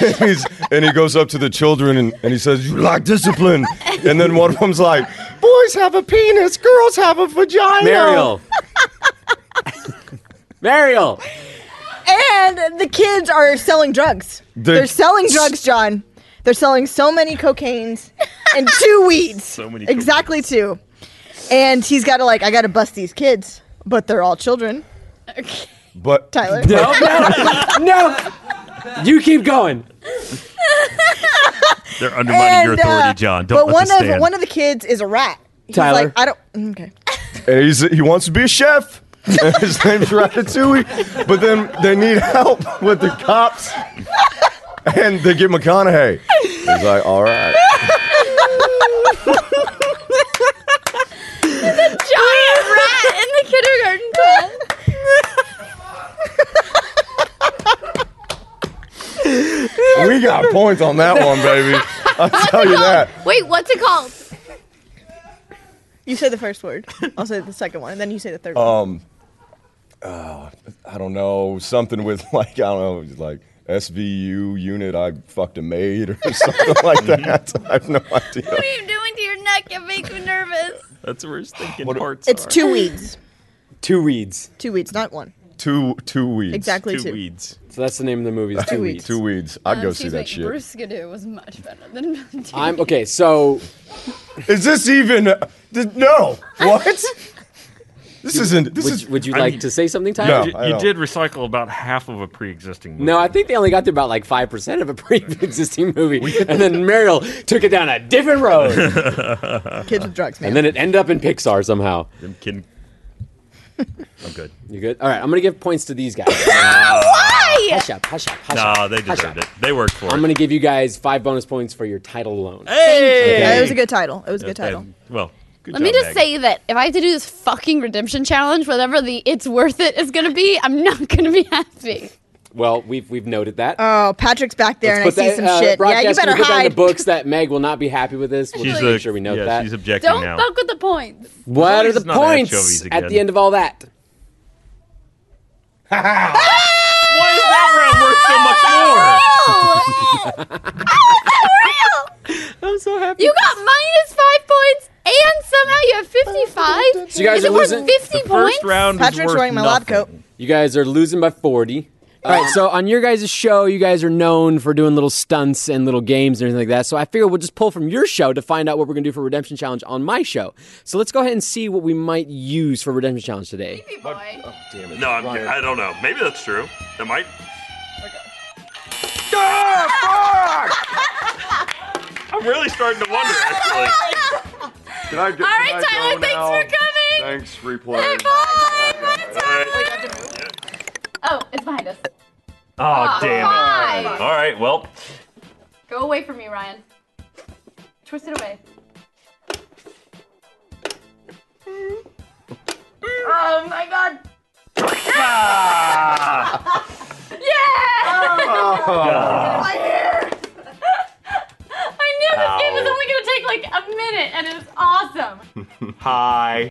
Speaker 5: He's- <laughs> and he goes up to the children and, and he says, "You lack discipline." And then one of them's like, "Boys have a penis, girls have a vagina."
Speaker 1: Mariel. Mariel.
Speaker 4: And the kids are selling drugs.
Speaker 5: The-
Speaker 4: They're, selling drugs, John. They're selling so many cocaines
Speaker 3: <laughs>
Speaker 4: and two weeds. So
Speaker 3: many
Speaker 4: Exactly two. And he's got to like, I got to bust these kids, but they're all children.
Speaker 5: But
Speaker 4: Tyler.
Speaker 1: No, no, no. You keep going.
Speaker 3: They're undermining your
Speaker 4: And, uh,
Speaker 3: authority, John. Don't
Speaker 4: but
Speaker 3: let
Speaker 4: one
Speaker 3: this
Speaker 4: of
Speaker 3: stand.
Speaker 4: one of the kids is a rat. He's
Speaker 1: Tyler.
Speaker 4: like, I don't. mm, Okay.
Speaker 5: and he's, he wants to be a chef. And his name's Ratatouille. But then they need help with the cops. And they get McConaughey. He's like, all right.
Speaker 2: giant rat in the kindergarten class.
Speaker 5: We got points on that one, baby. I'll tell you that.
Speaker 2: Wait, what's it called?
Speaker 4: You say the first word. I'll say the second one, and then you say the
Speaker 3: <laughs> Oh,
Speaker 4: third one.
Speaker 5: I don't know, something with <laughs> like, I don't know, like SVU unit, I fucked a maid or <laughs> something like
Speaker 1: Mm-hmm.
Speaker 5: that. <laughs> I have no idea.
Speaker 2: What are you doing to your neck? It makes me nervous.
Speaker 3: That's where his thinking
Speaker 5: What-
Speaker 3: parts
Speaker 4: It's
Speaker 3: are.
Speaker 4: two weeds.
Speaker 1: Two weeds.
Speaker 4: Two weeds, not one.
Speaker 5: Two, two weeds.
Speaker 4: Exactly two.
Speaker 3: two weeds.
Speaker 1: So that's the name of the movie. is Two,
Speaker 4: Two
Speaker 1: weeds.
Speaker 4: weeds.
Speaker 5: Two weeds. I'd go see that shit.
Speaker 2: Uh, Bruce Skidoo was much better than <laughs>
Speaker 1: I'm okay. So
Speaker 5: Is this even? th- no. What?
Speaker 1: <laughs>
Speaker 5: this isn't. This
Speaker 1: would,
Speaker 5: is.
Speaker 1: would you
Speaker 3: I
Speaker 1: like
Speaker 3: mean-
Speaker 1: to say something, Tyler?
Speaker 5: No. Oh, I
Speaker 3: you
Speaker 5: don't.
Speaker 3: did recycle about half of a pre-existing movie.
Speaker 1: No, I think they only got to about like five percent of a <laughs> pre-existing movie, and then Mariel took it down a different road,
Speaker 4: Kids with drugs, man.
Speaker 1: and then it ended up in Pixar somehow.
Speaker 3: I'm <laughs> kidding. I'm good.
Speaker 1: You good? All right, I'm gonna give points to these guys.
Speaker 2: Why?
Speaker 1: hush up, hush up, hush up.
Speaker 3: No, they deserved it. They worked for
Speaker 1: I'm
Speaker 3: it.
Speaker 1: gonna give you guys five bonus points for your title alone.
Speaker 3: Hey,
Speaker 4: yeah, it was a good title. It was a good title.
Speaker 3: well, good
Speaker 2: Let me
Speaker 3: job,
Speaker 2: just
Speaker 3: Maggie.
Speaker 2: say that if I have to do this fucking redemption challenge, whatever the it's worth it is going to be, I'm not going to be happy.
Speaker 1: Well, we've we've noted that.
Speaker 4: Oh, Patrick's back there,
Speaker 1: Let's
Speaker 4: and
Speaker 1: put
Speaker 4: I see some
Speaker 1: that, uh,
Speaker 4: shit. Yeah, you
Speaker 1: broadcast-
Speaker 4: better
Speaker 1: we put that in
Speaker 4: hide.
Speaker 1: the books that Meg will not be happy with this. We'll
Speaker 3: she's
Speaker 1: just
Speaker 3: a,
Speaker 1: make sure we note
Speaker 3: yeah,
Speaker 1: that.
Speaker 3: She's objecting
Speaker 2: Don't
Speaker 3: now.
Speaker 2: fuck with the <laughs> points.
Speaker 1: what are
Speaker 3: It's
Speaker 1: the
Speaker 3: not
Speaker 1: points
Speaker 3: anchovies
Speaker 1: at the
Speaker 3: again.
Speaker 1: end of all that?
Speaker 3: Why is that
Speaker 2: Oh, that was real.
Speaker 1: I'm so happy.
Speaker 2: You got minus five points, and somehow you have 55. <laughs>
Speaker 1: So you guys
Speaker 2: is it
Speaker 1: are
Speaker 2: worth
Speaker 1: losing-
Speaker 2: 50
Speaker 3: round worth?
Speaker 2: points?
Speaker 3: First round. is
Speaker 4: Patrick's
Speaker 3: worth
Speaker 4: wearing my lab
Speaker 3: nothing.
Speaker 1: You guys are losing by Um, 40. All right, so on your guys' show, you guys are known for doing little stunts and little games and everything like that. So I figure we'll just pull from your show to find out what we're going to do for Redemption Challenge on my show. So let's go ahead and see what we might use for Redemption Challenge today.
Speaker 3: No, I'm, I don't know. Maybe that's true. That might. Ah,
Speaker 2: <laughs>
Speaker 3: I'm really starting to wonder. Actually,
Speaker 5: Can I get,
Speaker 2: All right, Tyler, thanks for coming.
Speaker 5: Thanks, replay.
Speaker 2: Bye. Bye,
Speaker 3: All
Speaker 2: Tyler. Oh, it's behind us.
Speaker 3: oh damn it!
Speaker 2: Bye.
Speaker 3: All right, well,
Speaker 2: Go away from me, Ryan. Twist it away. Oh my god. yeah! I knew this game was only gonna take like a minute and it was awesome.
Speaker 3: hi.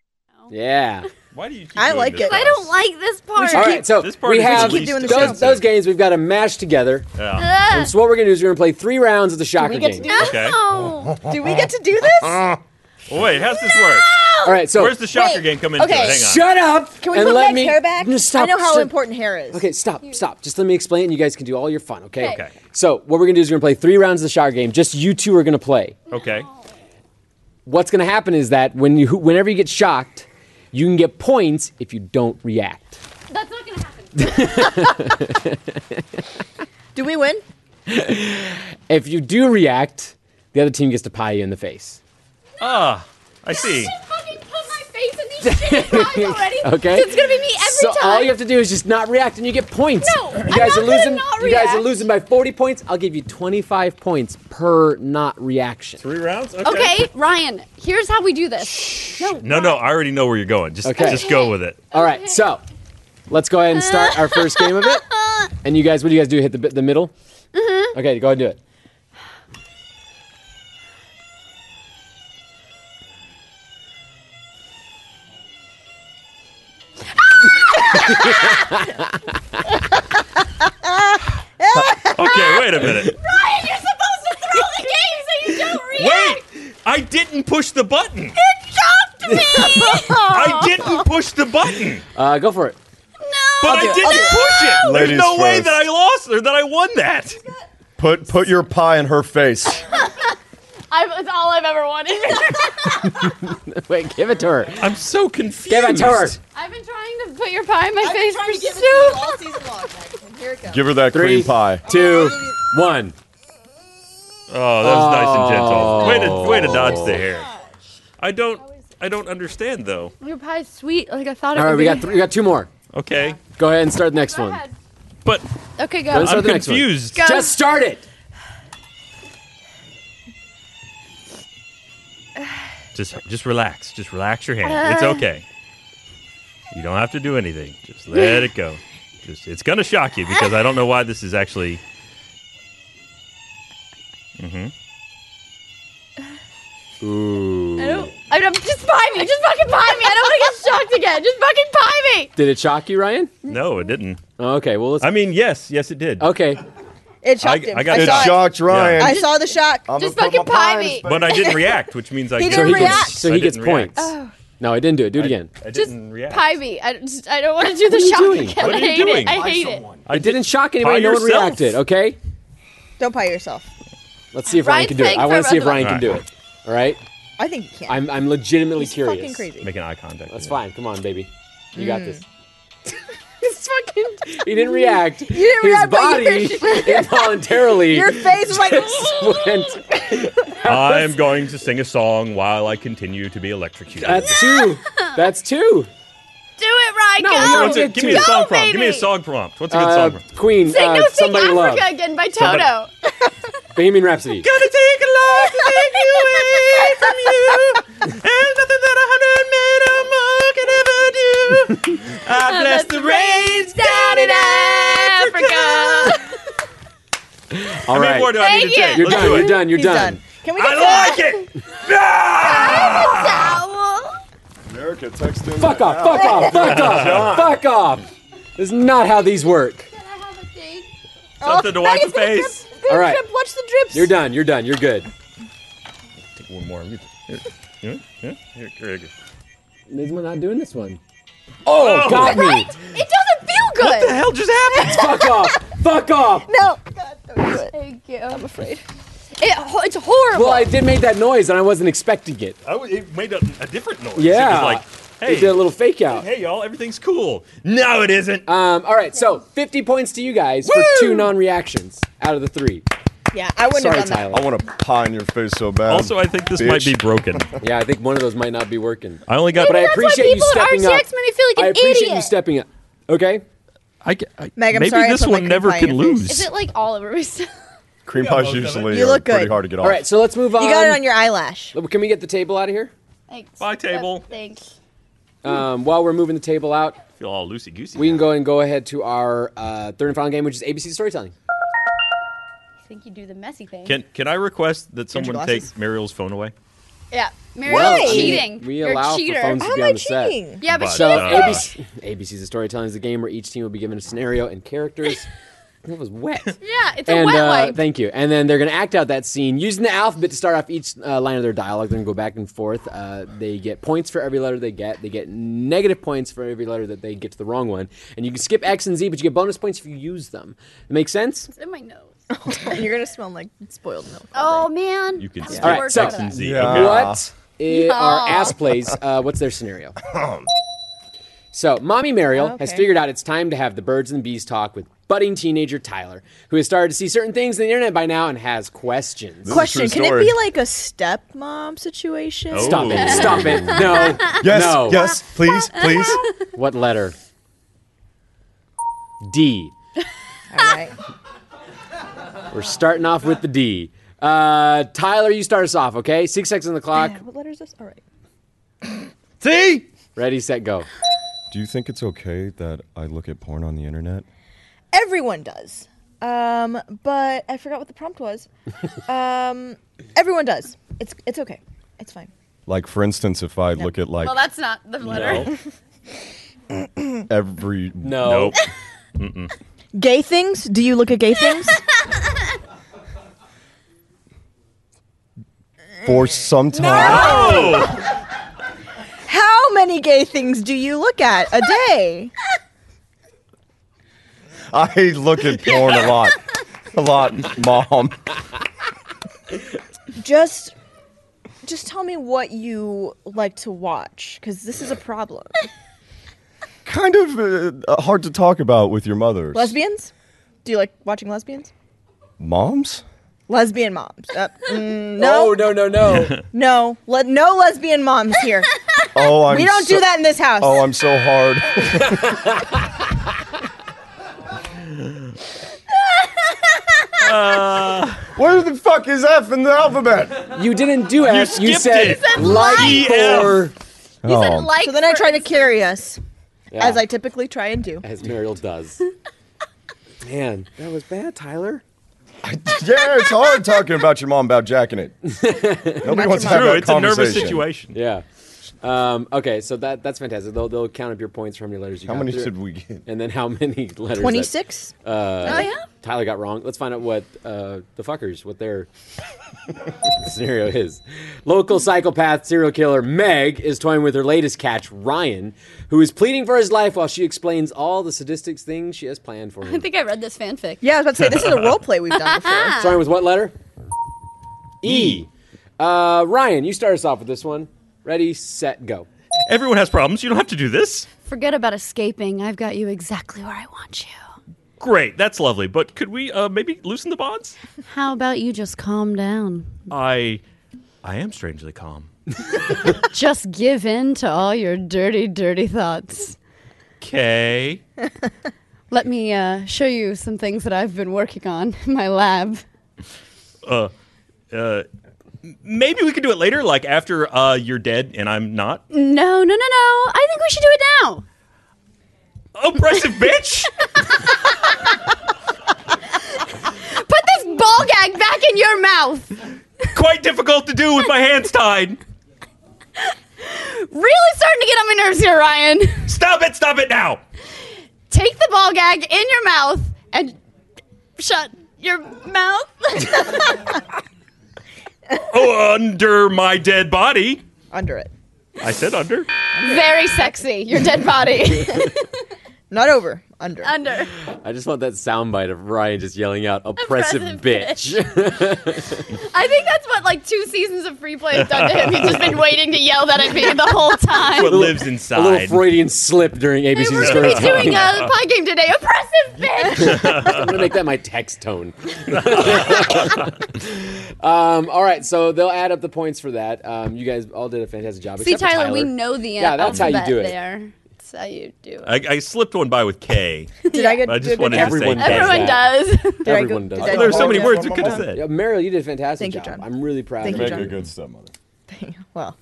Speaker 1: Yeah.
Speaker 3: Why do you? Keep
Speaker 4: I
Speaker 3: doing
Speaker 4: like
Speaker 3: this
Speaker 4: it.
Speaker 3: to
Speaker 4: I
Speaker 2: I
Speaker 3: us?
Speaker 2: don't like this part.
Speaker 1: All right, so
Speaker 3: This part
Speaker 1: we
Speaker 3: is the
Speaker 1: have
Speaker 3: least
Speaker 4: doing the
Speaker 1: those,
Speaker 4: show.
Speaker 1: those games we've got to mash together.
Speaker 3: Yeah.
Speaker 2: Ugh, Oh.
Speaker 1: And so what we're going to do is we're going to play three rounds of the shocker
Speaker 4: we get
Speaker 1: game.
Speaker 4: to do this?
Speaker 3: Okay.
Speaker 2: no.
Speaker 4: Do we get to do this?
Speaker 3: Well, wait, how's this work?
Speaker 1: All right, so
Speaker 3: Where's the shocker
Speaker 4: Wait,
Speaker 3: game come into? it?
Speaker 4: okay.
Speaker 3: Hang on.
Speaker 1: shut up
Speaker 4: Can we
Speaker 1: and
Speaker 4: put
Speaker 1: let
Speaker 4: Meg's
Speaker 1: me
Speaker 4: hair back?
Speaker 1: No, stop,
Speaker 4: I know how
Speaker 1: stop.
Speaker 4: important hair is.
Speaker 1: Okay, stop, stop. Just let me explain it and you guys can do all your fun, okay?
Speaker 2: Okay.
Speaker 3: Okay.
Speaker 1: So, what we're going to do is we're going to play three rounds of the shower game. Just you two are going to play.
Speaker 3: Okay.
Speaker 1: What's going to happen is that when you whenever you get shocked, you can get points if you don't react.
Speaker 2: That's not gonna happen.
Speaker 4: Do we win?
Speaker 1: If you do react, the other team gets to pie you in the face.
Speaker 3: Ah, I see.
Speaker 2: fucking put my face in these shitty pies already.
Speaker 1: Okay.
Speaker 2: So it's gonna be me every
Speaker 1: so
Speaker 2: time.
Speaker 1: all you have to do is just not react, and you get points.
Speaker 2: No,
Speaker 1: you
Speaker 2: I'm
Speaker 1: guys
Speaker 2: not
Speaker 1: are
Speaker 2: gonna
Speaker 1: losing.
Speaker 2: not
Speaker 1: you guys are
Speaker 2: react.
Speaker 1: losing by 40 points. I'll give you 25 points per not reaction.
Speaker 3: Three rounds.
Speaker 2: okay, Ryan, here's how we do this. No,
Speaker 3: No, no, I already know where you're going. Just,
Speaker 1: Okay.
Speaker 3: just go with it.
Speaker 1: All right, so let's go ahead and start our first game of
Speaker 2: <laughs>
Speaker 1: it. And you guys, what do you guys do? Hit the bit- the middle. Mm-hmm. Okay, go ahead and do it.
Speaker 3: Okay, wait a minute.
Speaker 2: Ryan, you're supposed to throw the game so you don't react.
Speaker 3: Wait, I didn't push the button.
Speaker 2: Stop me! <laughs>
Speaker 3: I didn't push the button,
Speaker 1: Uh, go for it. <laughs>
Speaker 3: but I
Speaker 1: do it, I'll
Speaker 3: didn't
Speaker 1: do it.
Speaker 3: push it. There's
Speaker 5: Ladies
Speaker 3: no way
Speaker 5: first.
Speaker 3: that I lost or that I won that.
Speaker 5: Put put your pie in her face.
Speaker 2: I, it's all I've ever wanted. <laughs>
Speaker 1: Wait, give it to her.
Speaker 3: I'm so confused.
Speaker 1: Give it to her.
Speaker 2: I've been trying to put your pie in my face for so
Speaker 4: all season long, Max, and here it goes.
Speaker 5: Give her that
Speaker 1: Three,
Speaker 5: cream pie.
Speaker 1: two, one.
Speaker 3: Oh, that was nice and gentle. Way to, way to dodge the hair. I don't, I don't understand though.
Speaker 2: Your pie's sweet, like I thought it
Speaker 1: All right,
Speaker 2: would
Speaker 1: we
Speaker 2: be.
Speaker 1: got three, we got two more.
Speaker 3: Okay,
Speaker 1: Go ahead and start the next
Speaker 2: Go
Speaker 1: one.
Speaker 2: ahead.
Speaker 3: but
Speaker 2: Okay, go.
Speaker 1: Those are
Speaker 3: I'm
Speaker 1: the next one.
Speaker 3: confused.
Speaker 2: Go.
Speaker 1: Just start it.
Speaker 3: Just, just relax. Just relax your hand. It's okay. You don't have to do anything. Just let it go. Just, it's gonna shock you because I don't know why this is actually.
Speaker 2: I don't, I don't, just pie me. Just fucking pie me. I don't want to get shocked again. Just fucking pie me.
Speaker 1: Did it shock you, Ryan?
Speaker 3: No, it didn't.
Speaker 1: Okay, well let's.
Speaker 3: I mean, yes, yes, it did.
Speaker 1: okay,
Speaker 4: It shocked
Speaker 3: I-
Speaker 4: him.
Speaker 3: I got
Speaker 5: It
Speaker 4: saw
Speaker 3: shot.
Speaker 5: shocked Ryan.
Speaker 4: I saw the shock.
Speaker 5: I'ma
Speaker 2: Just
Speaker 5: put
Speaker 2: fucking
Speaker 5: my
Speaker 2: pie
Speaker 5: in
Speaker 2: me.
Speaker 5: his face.
Speaker 3: But I didn't react, which means I
Speaker 4: He
Speaker 3: get-
Speaker 1: so
Speaker 4: didn't
Speaker 1: he
Speaker 4: react.
Speaker 1: gets so
Speaker 3: I
Speaker 1: he
Speaker 3: didn't
Speaker 1: gets
Speaker 3: react.
Speaker 1: points. No, I didn't do it. Do it again.
Speaker 3: I
Speaker 2: Just
Speaker 3: didn't react.
Speaker 2: pie me. I, just, I don't want to do the
Speaker 1: are you
Speaker 2: shock
Speaker 1: doing?
Speaker 2: again.
Speaker 3: What are you
Speaker 2: I hate
Speaker 3: doing?
Speaker 2: it. I
Speaker 3: Buy
Speaker 2: hate it.
Speaker 1: It didn't shock anybody.
Speaker 3: By
Speaker 1: No one
Speaker 3: yourself.
Speaker 1: reacted. Okay,
Speaker 4: Don't pie yourself.
Speaker 1: let's see if Ryan
Speaker 2: Ryan's
Speaker 1: can do it.
Speaker 2: playing
Speaker 1: I want
Speaker 2: for
Speaker 1: to see if
Speaker 2: another
Speaker 1: Ryan
Speaker 3: one.
Speaker 1: can do it. All right,
Speaker 4: I think you can.
Speaker 1: I'm I'm legitimately
Speaker 4: He's
Speaker 1: curious.
Speaker 4: fucking crazy. <laughs>
Speaker 3: Making eye contact.
Speaker 1: That's fine. Come on, baby. You
Speaker 2: Mm.
Speaker 1: got this.
Speaker 2: It's fucking.
Speaker 1: He didn't react. You
Speaker 4: didn't
Speaker 1: His
Speaker 4: react, but
Speaker 1: body involuntarily
Speaker 4: Your face was like.
Speaker 1: <laughs>
Speaker 4: <laughs>
Speaker 1: went
Speaker 3: I'm going to sing a song while I continue to be electrocuted.
Speaker 1: That's two. That's two.
Speaker 2: Do it, Ryan.
Speaker 1: No,
Speaker 2: go.
Speaker 3: What's it? Give me a
Speaker 1: Go,
Speaker 3: song prompt. Give me a
Speaker 2: baby.
Speaker 3: song prompt. What's a good
Speaker 1: Uh,
Speaker 3: song prompt?
Speaker 1: Queen,
Speaker 2: Sing
Speaker 1: uh,
Speaker 2: No Sing
Speaker 1: somebody
Speaker 2: Africa
Speaker 1: love,
Speaker 2: again by
Speaker 3: Somebody-
Speaker 2: Toto.
Speaker 1: Bohemian Rhapsody.
Speaker 3: Gonna take a lot to take me away from you, and nothing that a hundred men or more can ever do. I bless the rains down in Africa.
Speaker 1: All
Speaker 3: How many more
Speaker 1: right,
Speaker 3: do I need
Speaker 2: Thank
Speaker 3: to take?
Speaker 2: you.
Speaker 1: you're
Speaker 3: Let's
Speaker 1: done.
Speaker 3: do
Speaker 1: You're
Speaker 3: it.
Speaker 1: done. You're
Speaker 4: He's done.
Speaker 1: done.
Speaker 4: Can we get to
Speaker 3: I like it. Ah!
Speaker 2: Owl.
Speaker 5: America, text in
Speaker 1: Fuck
Speaker 5: right
Speaker 1: off! Fuck off! Fuck off! Fuck off! This is not how these work.
Speaker 2: Can I have a thing?
Speaker 4: Oh,
Speaker 3: Something to wipe the face.
Speaker 1: All right,
Speaker 4: Watch the drips.
Speaker 1: you're done. You're done. You're good.
Speaker 3: Take one more. Here, here, here, here, here.
Speaker 1: This one not doing this one. Oh, got me!
Speaker 2: It doesn't feel good.
Speaker 3: What the hell just happened?
Speaker 1: Fuck off. Fuck off.
Speaker 4: No. God, don't do it.
Speaker 2: Thank you. I'm afraid. It, ho- it's horrible.
Speaker 1: Well, I did make that noise and I wasn't expecting it.
Speaker 3: <laughs> I w- it made a, a different noise.
Speaker 1: Yeah.
Speaker 3: It was like, hey,
Speaker 1: It did a little fake out.
Speaker 3: hey, y'all, everything's cool. No, it isn't.
Speaker 1: Um, all right, so 50 points to you guys for
Speaker 3: Woo!
Speaker 1: two non reactions out of the three.
Speaker 4: Yeah, I wouldn't
Speaker 1: Sorry,
Speaker 4: have done
Speaker 1: Tyler.
Speaker 5: I want to pie in your face so bad.
Speaker 3: also, I think this might
Speaker 5: bitch.
Speaker 3: be broken.
Speaker 1: Yeah, I think one of those might not be working.
Speaker 3: I only got.
Speaker 1: But I
Speaker 2: that's why
Speaker 1: appreciate you
Speaker 2: people at
Speaker 1: stepping up.
Speaker 2: RTX made me feel like an
Speaker 1: I appreciate you
Speaker 2: idiot.
Speaker 1: stepping up. Okay?
Speaker 3: I, ca- I,
Speaker 4: Meg, I'm
Speaker 3: maybe
Speaker 4: sorry I
Speaker 3: this
Speaker 4: put my
Speaker 3: one
Speaker 4: cream
Speaker 3: never
Speaker 4: pie in
Speaker 3: can
Speaker 4: your face.
Speaker 3: lose.
Speaker 2: Is it like all over me? <laughs> still?
Speaker 5: cream
Speaker 3: Yeah,
Speaker 5: pies
Speaker 3: most of it.
Speaker 5: usually
Speaker 4: You
Speaker 5: are
Speaker 4: look
Speaker 5: pretty
Speaker 4: good.
Speaker 5: hard to get off.
Speaker 1: All right, so let's move on.
Speaker 4: that. You got it on your eyelash.
Speaker 1: your. Can we get the table out of here?
Speaker 2: Thanks.
Speaker 3: My table.
Speaker 2: Uh, Thanks.
Speaker 1: Um, while we're moving the table out,
Speaker 3: feel all loosey goosey.
Speaker 1: we can go and go ahead to our uh, third and final game, which is ABC storytelling.
Speaker 2: I think you do the messy thing.
Speaker 3: Can Can I request that
Speaker 4: your
Speaker 3: someone
Speaker 4: glasses.
Speaker 3: take Mariel's phone away?
Speaker 2: yeah. Mary,
Speaker 1: Well,
Speaker 2: you're
Speaker 1: I mean,
Speaker 2: cheating.
Speaker 1: we
Speaker 2: you're
Speaker 1: allow
Speaker 2: a
Speaker 1: for
Speaker 2: cheater.
Speaker 1: phones-
Speaker 4: How
Speaker 1: be
Speaker 4: am
Speaker 1: on
Speaker 4: I
Speaker 1: the set. <laughs>
Speaker 4: cheating?
Speaker 2: yeah, but,
Speaker 3: But,
Speaker 2: she
Speaker 1: So
Speaker 3: uh,
Speaker 2: is not.
Speaker 1: ABC, ABC's storytelling is a game where each team will be given a scenario and characters. <laughs> that was wet.
Speaker 2: Yeah, it's a
Speaker 1: And
Speaker 2: wet
Speaker 1: uh,
Speaker 2: wipe.
Speaker 1: thank you. And then they're going to act out that scene using the alphabet to start off each uh, line of their dialogue. They're going to go back and forth. Uh, they get points for every letter they get. They get negative points for every letter that they get to the wrong one. And you can skip X and Z, but you get bonus points if you use them. Make sense?
Speaker 2: It's in my nose.
Speaker 4: You're gonna smell like spoiled milk.
Speaker 2: Oh man.
Speaker 3: You can
Speaker 2: That was
Speaker 3: skip
Speaker 1: All right,
Speaker 2: worse
Speaker 1: so-
Speaker 2: than
Speaker 3: Z.
Speaker 5: Yeah.
Speaker 3: Okay.
Speaker 1: What i- are
Speaker 2: Yeah.
Speaker 1: ass plays? Uh, what's their scenario? so, Mommy Mariel has
Speaker 4: Okay.
Speaker 1: figured out it's time to have the birds and bees talk with budding teenager Tyler, who has started to see certain things on the internet by now and has questions.
Speaker 5: This is a
Speaker 4: Question:
Speaker 5: true
Speaker 4: Can it
Speaker 5: story.
Speaker 4: be like a stepmom situation?
Speaker 3: Oh.
Speaker 1: Stop it! Stop it! No!
Speaker 5: Yes,
Speaker 1: No!
Speaker 5: yes,
Speaker 4: <laughs>
Speaker 5: please, please.
Speaker 1: What letter? D.
Speaker 4: All
Speaker 1: <laughs>
Speaker 4: right.
Speaker 1: We're starting off with the D. Uh, Tyler, you start us off, okay? Six seconds on the clock.
Speaker 4: What letter is this? All right.
Speaker 3: See?
Speaker 1: Ready, set, go.
Speaker 5: Do you think it's okay that I look at porn on the internet?
Speaker 4: Everyone does. Um, but I forgot what the
Speaker 1: <laughs>
Speaker 4: prompt was. um, everyone does. It's it's okay. It's fine.
Speaker 5: Like, for instance, if I look at like
Speaker 2: Well, that's not the letter.
Speaker 5: every
Speaker 1: No.
Speaker 3: Nope.
Speaker 4: Gay things? Do you look at gay
Speaker 1: <laughs>
Speaker 4: things?
Speaker 5: for some time, <laughs>
Speaker 3: oh,
Speaker 4: How many gay things do you look at a day?
Speaker 5: I look at porn a lot, a lot, mom.
Speaker 4: Just just tell me what you like to watch cuz this is a
Speaker 2: <laughs>
Speaker 4: problem.
Speaker 5: Kind of uh, hard to talk about with your mother.
Speaker 4: Lesbians? Do you like watching lesbians?
Speaker 5: moms.
Speaker 4: Lesbian moms. Uh,
Speaker 2: <laughs>
Speaker 4: mm,
Speaker 1: Oh,
Speaker 4: no,
Speaker 1: no, no, no.
Speaker 4: no, le- no lesbian moms here.
Speaker 5: Oh, I'm
Speaker 4: We don't
Speaker 5: so-
Speaker 4: do that in this house.
Speaker 5: Oh, I'm so hard. <laughs>
Speaker 3: uh,
Speaker 5: Where the fuck is F in the alphabet?
Speaker 1: you didn't do F.
Speaker 3: You
Speaker 1: You,
Speaker 3: skipped
Speaker 1: said
Speaker 3: it. You said
Speaker 1: like
Speaker 3: like.
Speaker 1: for.
Speaker 2: You said
Speaker 5: Oh.
Speaker 2: like.
Speaker 4: so then I
Speaker 2: for
Speaker 4: try to
Speaker 2: instance.
Speaker 4: carry us,
Speaker 1: Yeah,
Speaker 4: as I typically try and do.
Speaker 1: As Mariel
Speaker 4: <laughs>
Speaker 1: does. Man, that was bad, Tyler.
Speaker 5: <laughs> yeah, it's hard talking about your mom about jacking <laughs> it. Nobody wants to have
Speaker 3: true.
Speaker 5: that
Speaker 3: It's a nervous
Speaker 5: conversation.
Speaker 3: situation.
Speaker 1: Yeah. Um, okay, so that that's fantastic. They'll, they'll count up your points for how many letters you
Speaker 5: How
Speaker 1: got
Speaker 5: many
Speaker 1: through.
Speaker 5: did we get?
Speaker 1: And then how many <laughs> letters? that
Speaker 4: 26?
Speaker 2: Oh yeah.
Speaker 1: Tyler got wrong. Let's find out what uh, the fuckers, what their <laughs> scenario is. Local psychopath serial killer Meg is toying with her latest catch, Ryan, who is pleading for his life while she explains all the sadistic things she has planned for
Speaker 2: I <laughs>
Speaker 1: him.
Speaker 2: think I read this fanfic.
Speaker 4: Yeah, I was about to say this is a role play we've done
Speaker 2: <laughs>
Speaker 4: before.
Speaker 1: Starting with what letter? E. Uh, Ryan, you start us off with this one. Ready, set, go.
Speaker 3: Everyone has problems. You don't have to do this.
Speaker 2: Forget about escaping. I've got you exactly where I want you.
Speaker 3: Great. That's lovely. But could we uh, maybe loosen the bonds?
Speaker 2: How about you just calm down?
Speaker 3: I, I am strangely calm.
Speaker 2: Just give in to all your dirty, dirty thoughts.
Speaker 3: Okay.
Speaker 2: Let me uh, show you some things that I've been working on in my lab.
Speaker 3: Uh, m- maybe we could do it later, like after uh, you're dead and I'm not.
Speaker 2: No, no, no, no. I think we should do it now.
Speaker 3: Oppressive <laughs> bitch.
Speaker 2: Put this ball gag back in your mouth.
Speaker 3: Quite difficult to do with my hands tied.
Speaker 2: Really starting to get on my nerves here, Ryan.
Speaker 3: Stop it! Stop it now.
Speaker 2: Take the ball gag in your mouth and shut your mouth.
Speaker 3: Oh, under my dead body.
Speaker 4: Under it.
Speaker 3: I said under.
Speaker 2: <laughs> Very sexy. Your dead body.
Speaker 4: Not over. Under.
Speaker 2: Under.
Speaker 1: I just want that soundbite of Ryan just yelling out "oppressive bitch."
Speaker 2: Oppressive <laughs> I think that's what like two seasons of free play has done to him. He's just been waiting to yell that at me the whole time.
Speaker 3: What lives
Speaker 1: A
Speaker 3: inside?
Speaker 1: little Freudian slip during
Speaker 2: They
Speaker 1: ABC's
Speaker 2: were
Speaker 1: Discovery
Speaker 2: really
Speaker 1: Time.
Speaker 2: doing uh, the pod game today. Oppressive
Speaker 1: <laughs>
Speaker 2: bitch.
Speaker 1: I'm gonna make that my text tone. <laughs> um, all right, so they'll add up the points for that. Um, you guys all did a fantastic job.
Speaker 2: See,
Speaker 1: except for
Speaker 2: Tyler, we know the
Speaker 1: Yeah, that's how you
Speaker 2: alphabet
Speaker 1: do it.
Speaker 2: There, that's how you do it.
Speaker 3: I, I slipped one by with K.
Speaker 4: Did I get?
Speaker 3: I just
Speaker 4: did
Speaker 3: wanted
Speaker 4: get-
Speaker 3: to say
Speaker 1: Everyone
Speaker 3: K.
Speaker 1: does
Speaker 2: Everyone
Speaker 1: that.
Speaker 2: does. <laughs>
Speaker 4: did I go-
Speaker 1: Everyone does
Speaker 4: did
Speaker 1: that.
Speaker 4: I
Speaker 3: There's so
Speaker 4: go-
Speaker 3: many
Speaker 4: yeah.
Speaker 3: words you could have said.
Speaker 1: Yeah, Meryl, you did a fantastic
Speaker 4: Thank you,
Speaker 1: job.
Speaker 4: John.
Speaker 1: I'm really proud
Speaker 4: Thank
Speaker 1: of
Speaker 4: you,
Speaker 1: you.
Speaker 5: Make a
Speaker 4: John.
Speaker 5: good stepmother.
Speaker 4: <laughs> Well,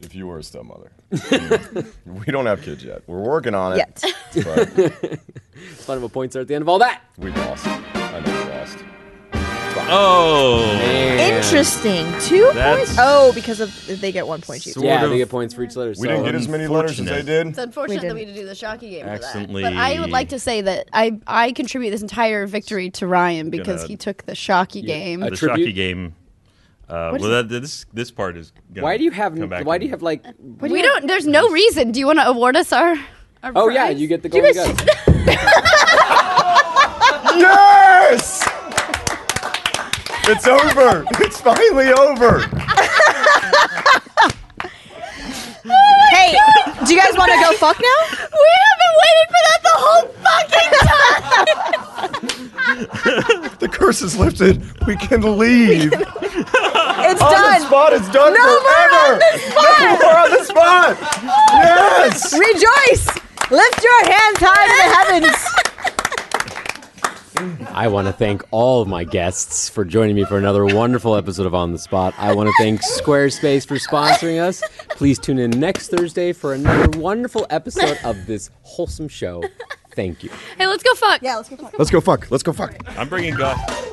Speaker 5: If you were a <laughs> stepmother, we don't have kids yet. We're working on it.
Speaker 4: yet.
Speaker 5: But
Speaker 1: Fun of a points are at the end of all that.
Speaker 5: we lost. I know we lost.
Speaker 3: Oh,
Speaker 4: Interesting. Two
Speaker 3: That's-
Speaker 4: points. Oh, because of they get one point each.
Speaker 3: Sort
Speaker 1: Yeah,
Speaker 3: of-
Speaker 1: they get points for each letter. so- um,
Speaker 5: We didn't get as many letters as they did.
Speaker 2: It's unfortunate
Speaker 4: We
Speaker 2: that we
Speaker 4: didn't.
Speaker 2: had to do the Shocky game
Speaker 3: Accidentally-
Speaker 2: for that. But I would like to say that I I contribute this entire victory to Ryan because
Speaker 3: Gonna-
Speaker 2: he took the Shocky game.
Speaker 1: a
Speaker 3: the
Speaker 1: tribute-
Speaker 3: Shocky game. Uh, well, that, this this part is. gonna
Speaker 1: Why do you have?
Speaker 3: come back
Speaker 1: Why
Speaker 3: and-
Speaker 1: do you have like?
Speaker 2: we don't. There's no reason. Do you want to award us our? our
Speaker 1: Oh yeah,
Speaker 2: prize?
Speaker 1: you get the golden
Speaker 2: guys-
Speaker 1: gun.
Speaker 5: Yes! It's over. It's finally over.
Speaker 4: Hey, do you guys want to go fuck now?
Speaker 2: <laughs> We have been waiting for that the whole fucking time.
Speaker 5: The curse is lifted. We can leave.
Speaker 4: It's
Speaker 5: On the
Speaker 4: done.
Speaker 5: spot. Oh, It's done forever. No, we're on the spot. Yes.
Speaker 4: Rejoice. Lift your hands high to
Speaker 2: <laughs>
Speaker 4: the heavens.
Speaker 1: I want to thank all of my guests for joining me for another wonderful episode of On the Spot. I want to thank Squarespace for sponsoring us. Please tune in next Thursday for another wonderful episode of this wholesome show. Thank you.
Speaker 2: Hey, let's go fuck.
Speaker 4: Yeah, let's go fuck.
Speaker 5: Let's go fuck. Let's go fuck.
Speaker 3: I'm bringing Gus.